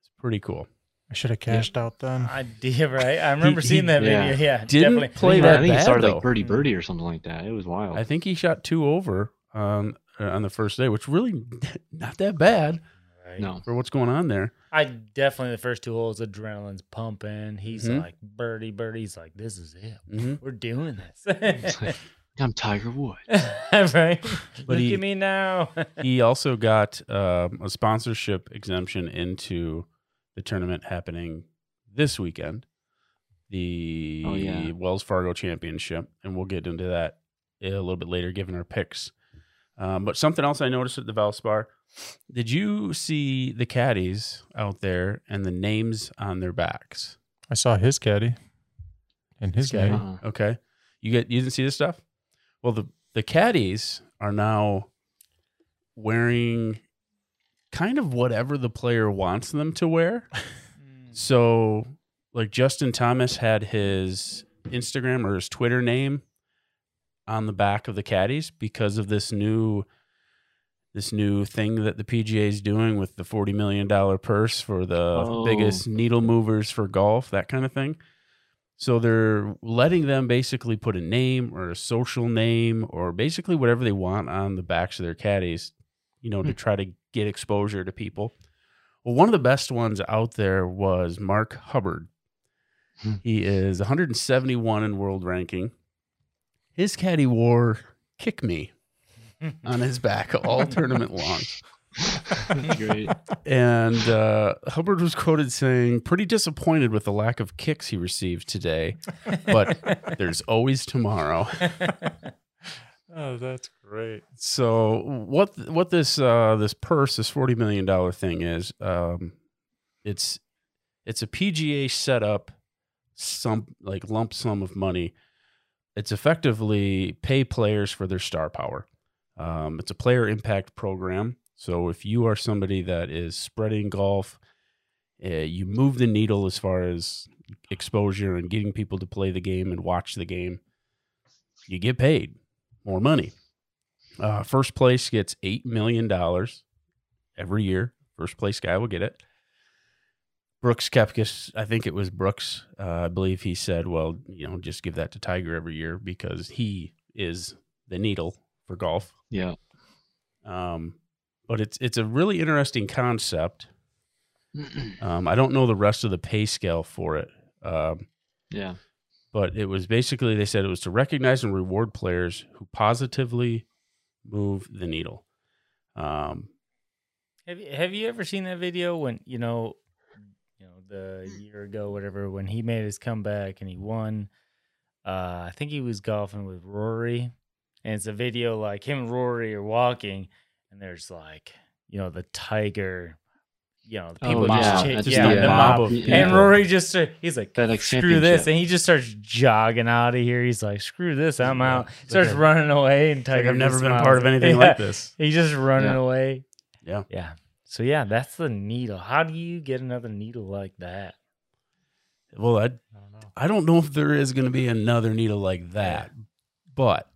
It's pretty cool. I should have cashed out then. I did right. I remember seeing he that yeah. video. Yeah, Didn't definitely. play Yeah, I that think bad, it started though. Mm-hmm. like birdie birdie or something like that. It was wild. I think he shot two over on uh, on the first day, which really not that bad Right. no. for what's going on there. I definitely the first two holes, adrenaline's pumping. He's Mhm. like birdie, birdie's like, this is it. Mm-hmm. Mhm. We're doing this. I'm Tiger Woods. right? Look he- at me now. He also got um, a sponsorship exemption into the tournament happening this weekend, the Oh, yeah. Wells Fargo Championship, and we'll get into that a little bit later, given our picks. Um, but something else I noticed at the Valspar, did you see the caddies out there and the names on their backs? I saw his caddy. And his caddy. caddy. Uh-uh. Okay. You get you didn't see this stuff? Well, the the caddies are now wearing kind of whatever the player wants them to wear. So, like Justin Thomas had his Instagram or his Twitter name on the back of the caddies because of this new this new thing that the PGA is doing with the forty million dollar purse for the Oh. biggest needle movers for golf, that kind of thing. So they're letting them basically put a name or a social name or basically whatever they want on the backs of their caddies, you know, to Hmm. try to get exposure to people. Well, one of the best ones out there was Mark Hubbard. Hmm. He is 171 in world ranking. His caddy wore "Kick Me" on his back all tournament long, Uh-huh. Great. and uh, Hubbard was quoted saying, "Pretty disappointed with the lack of kicks he received today, but there's always tomorrow." Oh, that's great. So what what this uh, this purse this forty million dollar thing is? Um, it's it's a PGA setup, some like lump sum of money. It's effectively pay players for their star power. Um, it's a player impact program. So if you are somebody that is spreading golf, uh, you move the needle as far as exposure and getting people to play the game and watch the game. You get paid more money. Uh, first place gets eight million dollars every year. First place guy will get it. Brooks Kepkus, I think it was Brooks. Uh, I believe he said, "Well, you know, just give that to Tiger every year because he is the needle for golf." Yeah. Um, but it's it's a really interesting concept. Um, I don't know the rest of the pay scale for it. Um, yeah. but it was basically they said it was to recognize and reward players who positively move the needle. Um, Have you, have you ever seen that video when you know, you know, the year ago, whatever, when he made his comeback and he won? Uh, I think he was golfing with Rory, and it's a video like him and Rory are walking, and there's like you know the tiger, you know, the people Oh, just mob. cha- That's Just yeah, a the mob mob. of And And people. Rory just uh, he's like, That, like, screw this, championship. and he just starts jogging out of here. He's like, screw this, I'm Yeah. out. It's Starts like a- running away, and Like Tiger. I've never just been a smiles. part of anything Yeah. like this. He's just running Yeah. away. Yeah. Yeah. So yeah, that's the needle. How do you get another needle like that? Well, I I don't know. I don't know if there is going to be another needle like that, but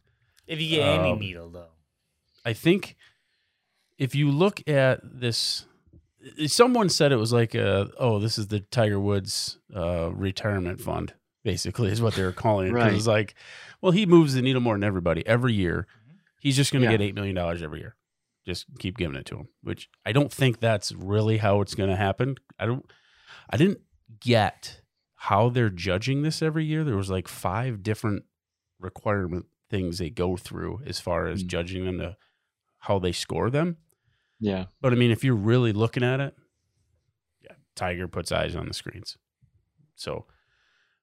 If you get any Um, needle though. I think if you look at this, someone said it was like a oh, this is the Tiger Woods uh, retirement fund. Basically, is what they were calling it. 'Cause It's like, well, he moves the needle more than everybody every year. He's just going to Mm-hmm. Yeah. get eight million dollars every year. Just keep giving it to him. Which I don't think that's really how it's going to happen. I don't. I didn't get how they're judging this every year. There was like five different requirement things they go through as far as Mm. judging them to how they score them. Yeah. But I mean, if you're really looking at it, yeah, Tiger puts eyes on the screens. So,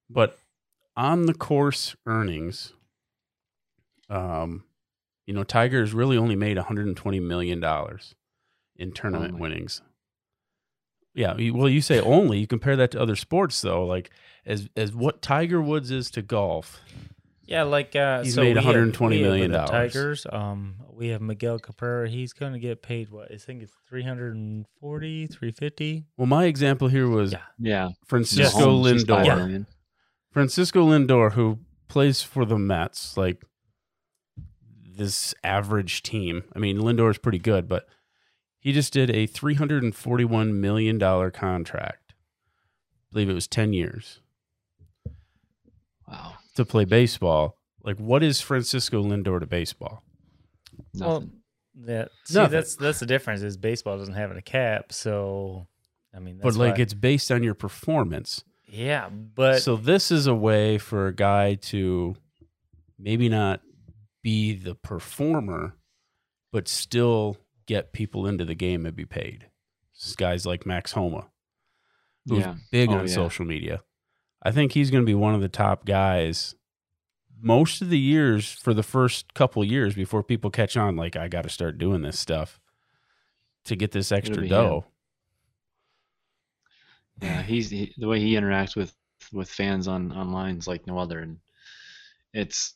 but on the course earnings, um, you know, Tiger's really only made 120 million dollars in tournament Only. winnings. Yeah, you- well, you say only. You compare that to other sports, though. Like as as what Tiger Woods is to golf, Yeah, like uh He's so made we have- 120 we have million with the dollars. Tigers. Um we have Miguel Caprera. He's gonna get paid what I think it's 340, 350. Well, my example here was Yeah. Yeah. Francisco Mahomes, he's Lindor. five million. Francisco Lindor, who plays for the Mets, like this average team. I mean, Lindor is pretty good, but he just did a $341 million contract. I believe it was 10 years Wow. to play baseball. Like, what is Francisco Lindor to baseball? Nothing. Well, That see Nothing. that's that's the difference is baseball doesn't have a cap, so I mean that's but, like, why- it's based on your performance. yeah, but so this is a way for a guy to maybe not be the performer, but still get people into the game and be paid. This is guys like Max Homa, who's Yeah. big Oh, on yeah. social media. I think he's going to be one of the top guys most of the years for the first couple years before people catch on. Like, I got to start doing this stuff to get this extra be dough. Yeah, Uh, he's he, the way he interacts with with fans on online is like no other, and it's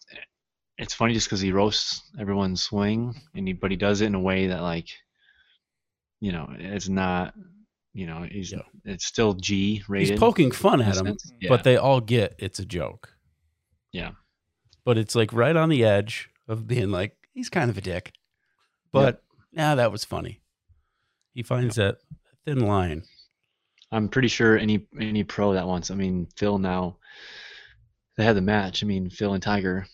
it's funny just because he roasts everyone's swing, and he but he does it in a way that like, you know, it's not, you know, he's Yeah. it's still G rated. He's poking fun in a at him, sense. Yeah. but they all get it's a joke. Yeah. But it's like right on the edge of being like, he's kind of a dick. But now nah, that was funny. He finds that thin line. I'm pretty sure any any pro that wants. I mean, Phil now they had the match. I mean, Phil and Tiger.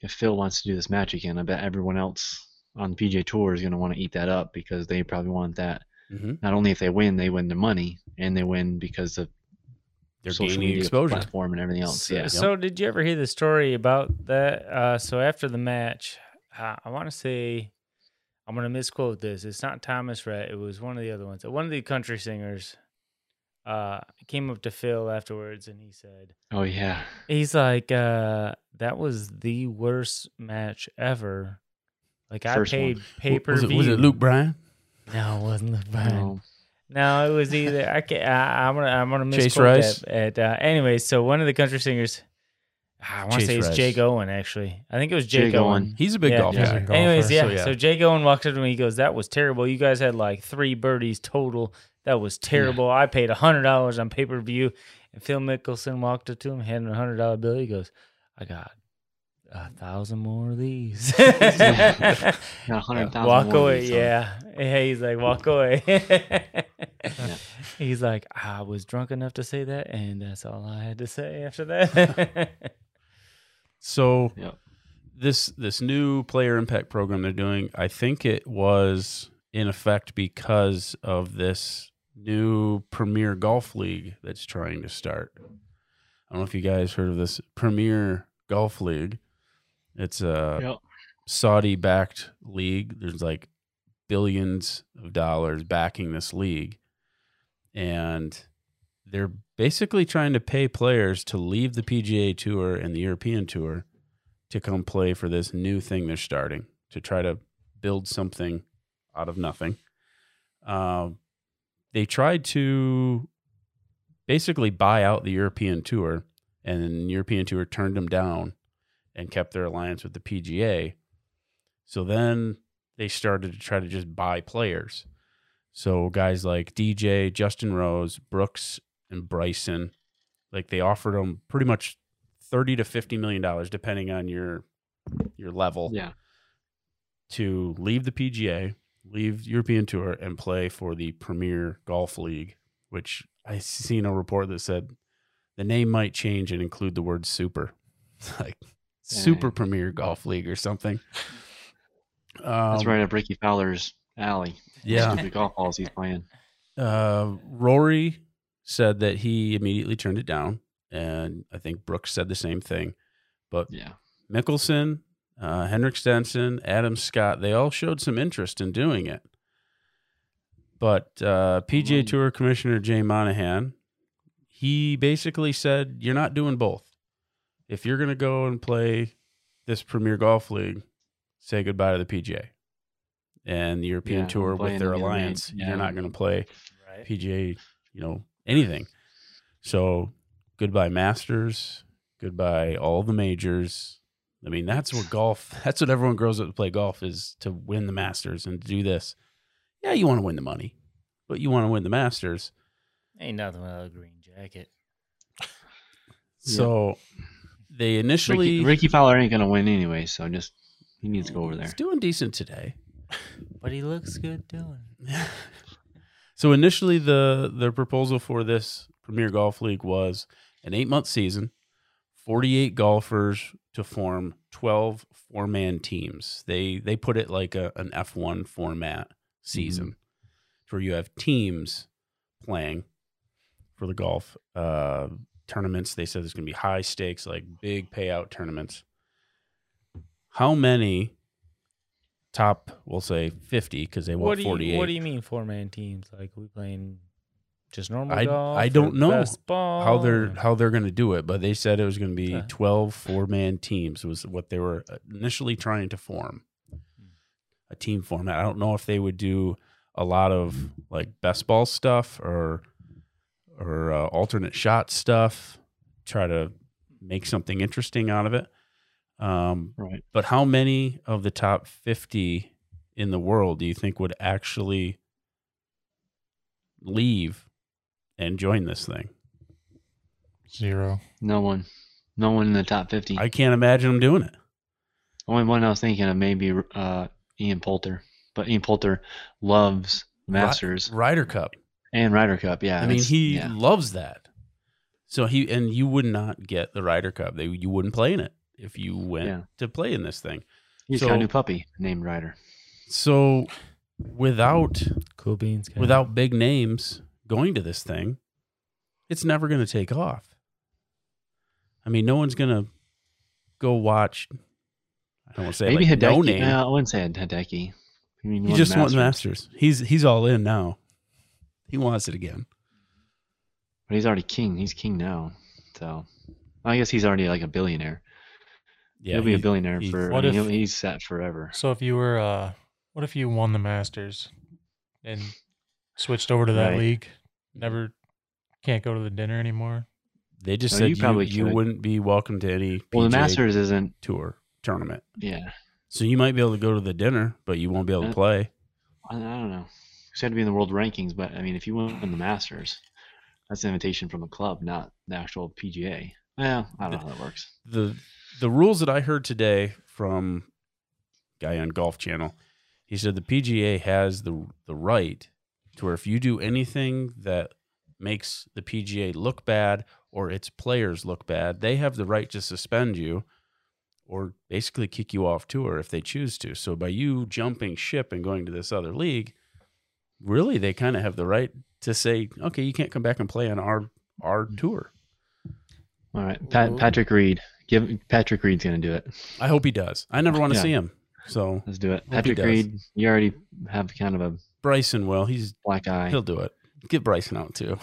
If Phil wants to do this match again, I bet everyone else on the PJ Tour is going to want to eat that up because they probably want that. Mhm. Not only if they win, they win their money and they win because of They're social gaining media exposure. platform and everything else. So, Yeah. so did you ever hear the story about that? Uh, so after the match, uh, I want to say, I'm going to misquote this. It's not Thomas Rhett. It was one of the other ones. One of the country singers uh, came up to Phil afterwards and he said, Oh yeah. he's like, uh, that was the worst match ever. Like I First one. paid W- pay per was, it, view. was it Luke Bryan? No, it wasn't Luke Bryan. No. No, it was either I can I, I'm gonna I'm gonna Chase misquote Rice? That at, uh, anyway, so one of the country singers, ah, I want to Chase say it's Rice. Jake Owen actually. I think it was Jake, Jake Owen. Owen. He's a big Yeah. golfer. He's a Yeah. golfer, Anyways, yeah. So, yeah. Jake Owen walks up to me. He goes, "That was terrible. You guys had like three birdies total. That was terrible. I paid hundred dollars on pay per view." And Phil Mickelson walked up to him, handed him a hundred dollar bill. He goes, "I got a thousand more of these." Got a hundred thousand walk more of away these, so- yeah yeah he's like walk away he's like i was drunk enough to say that and that's all i had to say after that So Yep. this this new player impact program they're doing, I think it was in effect because of this new Premier Golf League that's trying to start. I don't know if you guys heard of this Premier Golf League. It's a Yep. Saudi backed league. There's like billions of dollars backing this league, and they're basically trying to pay players to leave the PGA Tour and the European Tour to come play for this new thing they're starting to try to build something out of nothing. Um, they tried to basically buy out the European Tour, and then the European Tour turned them down and kept their alliance with the PGA. So then they started to try to just buy players. So guys like DJ, Justin Rose, Brooks, and Bryson, like they offered them pretty much thirty to fifty million dollars, depending on your your level, Yeah. to leave the PGA, leave European Tour, and play for the Premier Golf League. Which I seen a report that said the name might change and include the word "super," like Super Dang. Premier Golf League or something. Um, That's right up Ricky Fowler's alley. Yeah. Stupid golf balls he's playing. Uh, Rory said that he immediately turned it down, and I think Brooks said the same thing. But Yeah. Mickelson, uh, Henrik Stenson, Adam Scott, they all showed some interest in doing it. But uh, PGA Mhm. Tour Commissioner Jay Monahan, he basically said, You're not doing both. If you're going to go and play this Premier Golf League, say goodbye to the PGA and the European Yeah, Tour play with in their the other league. alliance. Yeah. You're not going to play Right. PGA, you know, anything. So goodbye Masters, goodbye all the majors. I mean, that's what golf. That's what everyone grows up to play golf is to win the Masters and to do this. Yeah, you want to win the money, but you want to win the Masters. Ain't nothing without a green jacket. Yeah. So they initially Ricky, Ricky Fowler ain't gonna win anyway, so just he needs to go over there. it's doing decent today. But he looks good doing it. so initially the the proposal for this Premier Golf League was an 8-month season, 48 golfers to form 12 four-man teams. They they put it like a, an F1 format season Mm-hmm. where you have teams playing for the golf uh, tournaments. They said there's going to be high stakes, like big payout tournaments. How many top, we'll say 50, because they want What do 48. you What do you mean four man teams? Like we playing just normal I- golf? I don't or know best ball how they're or- how they're going to do it, but they said it was going to be Oh. Okay. 12 four-man teams was what they were uh, initially trying to form. A team format. I don't know if they would do a lot of like best ball stuff or or uh, alternate shot stuff, try to make something interesting out of it. Um, Right. but how many of the top 50 in the world do you think would actually leave and join this thing? Zero. No one. No one in the top fifty. I can't imagine them doing it. Only one I was thinking of maybe uh, Ian Poulter, but Ian Poulter loves Masters Ryder Cup. and Ryder Cup. Yeah, I mean, it's- he yeah. loves that. So he and you would not get the Ryder Cup. They you wouldn't play in it if you went Yeah. to play in this thing. he's got so- a new puppy named Ryder. So without cool beans. guy. without big names going to this thing, it's never going to take off. I mean, no one's going to go watch. I don't want to say Maybe like, Hideki. no name. no, I wouldn't say Hideki. I mean, he won just won the Masters. He's he's all in now. He wants it again. but he's already king. He's king now, so I guess he's already like a billionaire. Yeah, he'll be a he- billionaire he- for. I What mean, if- he'll- he's set forever. So if you were, uh, what if you won the Masters and switched over to that Right. league? Never can't go to the dinner anymore. They just No, said you you, probably you could. wouldn't be welcome to any PGA Well, the Masters isn't. Tour tournament. Yeah, So you might be able to go to the dinner, but you won't be able to Yeah. play. I, I don't know. You said to be in the world rankings, but I mean, if you win the Masters, that's an invitation from a club, not the actual PGA. Well, I don't know how that works. the The rules that I heard today from guy on Golf Channel, he said the PGA has the the right to where if you do anything that makes the PGA look bad or its players look bad, they have the right to suspend you or basically kick you off tour if they choose to. So by you jumping ship and going to this other league, really they kind of have the right to say, okay, you can't come back and play on our our tour. All right, Pat, Ooh. Patrick Reed. Give Patrick Reed's gonna do it. I hope he does. I never want to Yeah. see him. So Let's do it. Hope he Patrick does. Reed, you already have kind of a Bryson will. He's black eye. he'll do it. Get Bryson out too.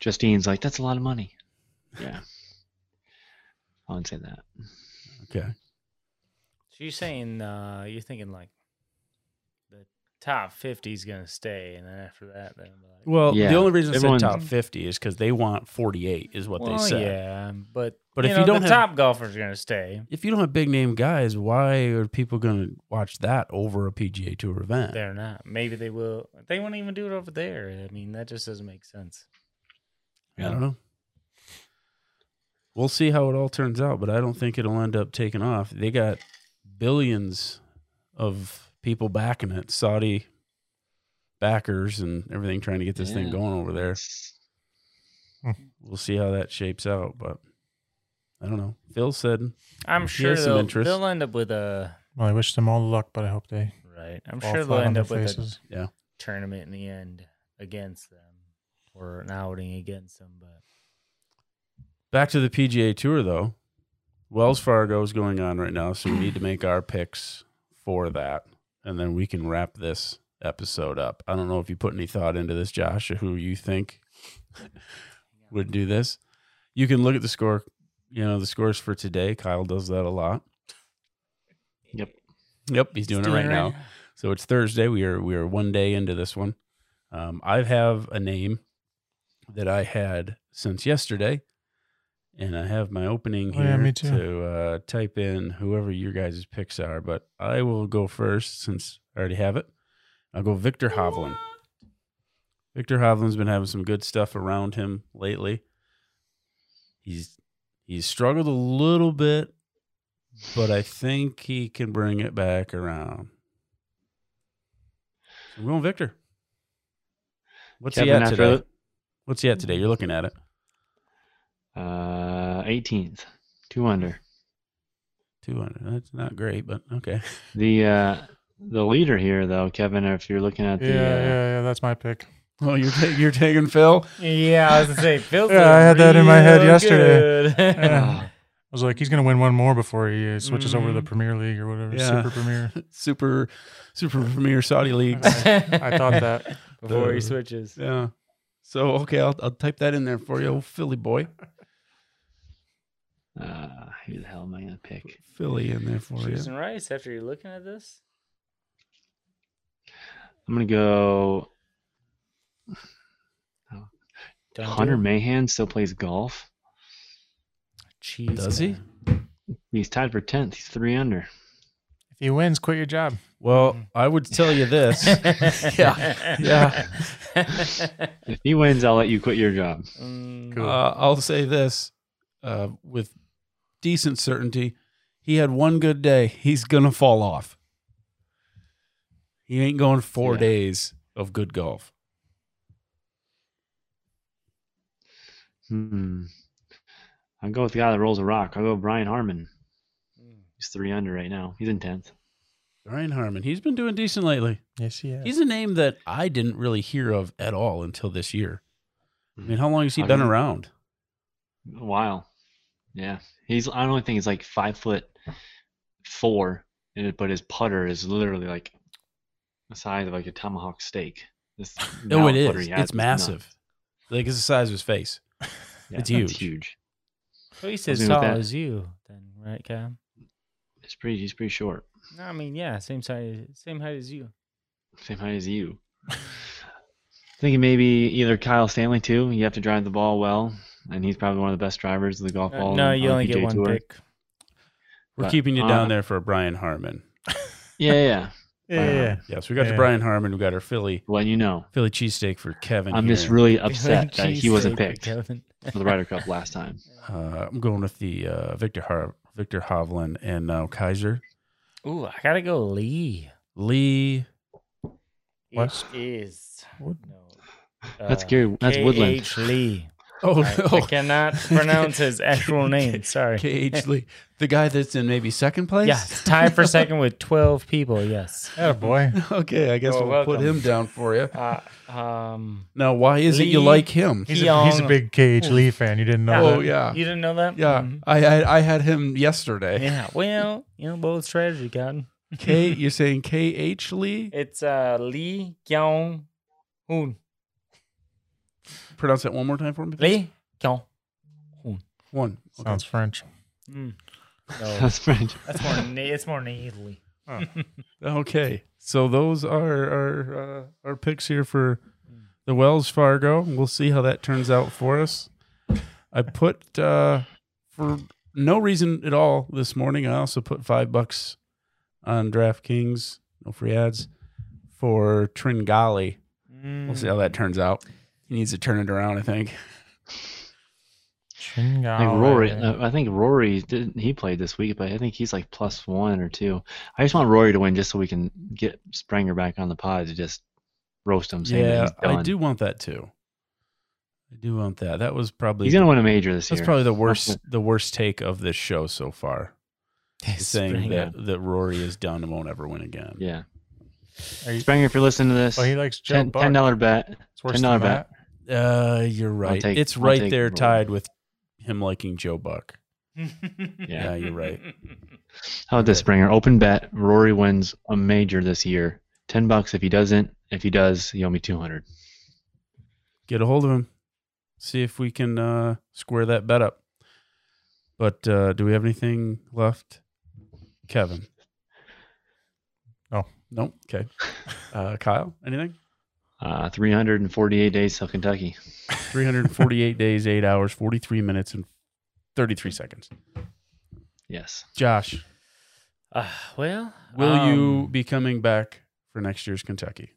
Justine's like, that's a lot of money. Yeah. I wouldn't say that. Okay. So you're saying uh, you're thinking like the top fifty is gonna stay, and then after that, then like, Well, Yeah, the only reason I said everyone- top fifty is because they want forty eight, is what they well, said. yeah, but But you if know, you don't the have top golfers are gonna stay. if you don't have big name guys, why are people going to watch that over a PGA Tour event? They're not. Maybe they will. They won't even do it over there. I mean, that just doesn't make sense. I Um, don't know. We'll see how it all turns out, but I don't think it'll end up taking off. They got billions of people backing it, Saudi backers and everything trying to get this thing Yeah. going over there. It's- We'll see how that shapes out, but I don't know. Phil said, I'm He sure has some they'll, interest. they'll end up with a Well, I wish them all luck, but I hope they right. I'm fall sure they'll flat on end their up with a faces. tournament in the end against them or an outing against them. But Back to the PGA Tour, though. Wells Fargo is going on right now, so we need to make our picks for that, and then we can wrap this episode up. I don't know if you put any thought into this, Josh, or who you think would do this. You can look at the score, you know, the scores for today. Kyle does that a lot. Yep. Yep, he's doing it right now. So it's Thursday. We are we are one day into this one. Um, I have a name that I had since yesterday, and I have my opening Oh, here yeah, me too. to uh, type in whoever your guys' picks are. But I will go first since I already have it. I'll go Victor Hovland. Victor Hovland's been having some good stuff around him lately. He's he's struggled a little bit, but I think he can bring it back around. So I'm going Victor. What's he Kevin, at after today? that? What's he at today? You're looking at it. Uh, 18th, two under. 200. That's not great, but okay. The uh, the leader here, though, Kevin, if you're looking at Yeah, the uh, yeah, yeah. That's my pick. Oh, you're ta- you're taking Phil. Yeah, I was gonna say Phil's Yeah, I had that in my head real yesterday. good. uh, Yeah. I was like, he's gonna win one more before he uh, switches over to the Mhm. Premier League or whatever, Yeah. Super Premier. Super super premier Saudi league. I thought that. before he Uh, switches. Yeah. So okay, I'll I'll type that in there for you, old Philly boy. uh, who the hell am I gonna pick? Philly in there for you. Choosing Rice after you're looking at this. I'm gonna go. Don't do Hunter it. Mahan still plays golf. Cheese. Does he? man. He's tied for 10th. He's three under. If he wins, quit your job. Well, I would tell you this. Yeah. Yeah. If he wins, I'll let you quit your job. Mm, Cool. Uh, I'll say this uh, with decent certainty. He had one good day. He's going to fall off. He ain't going four Yeah. days of good golf. Hmm. I'll go with the guy that rolls a rock. I'll go Brian Harmon. mm. He's three under right now. He's in 10th. Ryan Harmon, he's been doing decent lately. Yes, he is. He's a name that I didn't really hear of at all until this year. I mean, how long has he I been mean- around? Wow. Yeah. He's I only think he's like five foot four, and it- but his putter is literally like the size of like a tomahawk steak. This No, Oh, it mallet putter is. he has It's massive. nuts. Like it's the size of his face. Yeah, It's huge. huge. Well, he's as Something like tall that. as you, then, right, Cam? It's pretty. He's pretty short. No, I mean, yeah, same size, same height as you. Same height as you. Thinking maybe either Kyle Stanley too. You have to drive the ball well, and he's probably one of the best drivers of the golf ball. Uh, no, on- you on only get PGA one Tour. pick. We're But, keeping you down uh, there for Brian Harmon. Yeah, yeah, yeah. Yeah, yeah, yeah. Yes, we got to Yeah. Brian Harmon. We got our Philly Letting you know. Philly cheesesteak for Kevin. I'm just here. really upset that Cheese he wasn't steak, picked Kevin. for the Ryder Cup last time. Uh, I'm going with the uh, Victor Har- Victor Hovland and now Kaiser Ooh, I gotta go Lee. Lee. What? It is. What? No. That's uh, Gary. That's Woodland. KH Lee. Oh, I, I no. cannot pronounce his actual name. Sorry. KH Lee, the guy that's in maybe second place. Yeah, it's tied for second with 12 people. Yes. Oh boy. Okay, I guess You're we'll put welcome. him down for you. Uh, um, Now, why is it you Lee- like him? He's a, he's a Keong. big KH Lee fan. You didn't know Oh that. yeah, you didn't know that? yeah. Mhm. I, I I had him yesterday. Yeah. Well, you know, bold strategy, Cotton. K, you're saying K H Lee? It's uh, Lee Kyung Hoon. Pronounce that one more time for me. please. Lee Kyung. One. Okay. Sounds French. Mm. No, That's French. that's more. Na- it's more Italy. Okay. So those are our uh, our picks here for the Wells Fargo. We'll see how that turns out for us. I put uh, for no reason at all this morning. I also put five bucks on DraftKings, no free ads for Tringali. We'll see how that turns out. He needs to turn it around, I think. I think Chingal. Rory. uh, I think Rory didn't. He played this week, but I think he's like plus one or two. I just want Rory to win just so we can get Springer back on the pod to just roast him. Saying that yeah, he's I done. do want that too. I do want that. That was probably He's gonna win a major this that's year. probably the worst the worst take of this show so far. saying Springer. that, that Rory is done and won't ever win again. Yeah, Are you- Springer, if you're listening to this, Well, he likes Joe ten Buck. dollar bet. It's worse $10 than that. Uh, you're right. take- it's I'll right take there Rory. tied with him liking Joe Buck. Yeah. Yeah, you're right. How about this, Springer? Open bet. Rory wins a major this year. Ten bucks if he doesn't. If he does, you owe me two hundred. Get a hold of him. See if we can uh, square that bet up. But uh, do we have anything left, Kevin? No. Nope. Okay. Uh, Kyle, anything? Uh, three hundred and forty-eight days till Kentucky. 348 days, 8 hours, 43 minutes, and 33 seconds. Yes. Josh, Uh, well, will you um, be coming back for next year's Kentucky?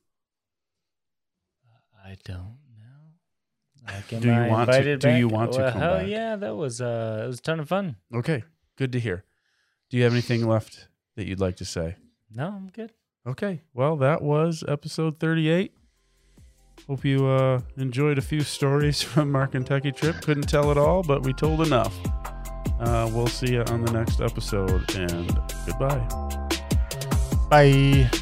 I don't know. Like, am Do you I want to- invited do you back? want to Well, come hell back? yeah, that was uh, it was a ton of fun. Okay, good to hear. Do you have anything left that you'd like to say? No, I'm good. Okay, well, that was episode 38. Hope you uh, enjoyed a few stories from our Kentucky trip. Couldn't tell it all, but we told enough. Uh, we'll see you on the next episode, and goodbye. Bye.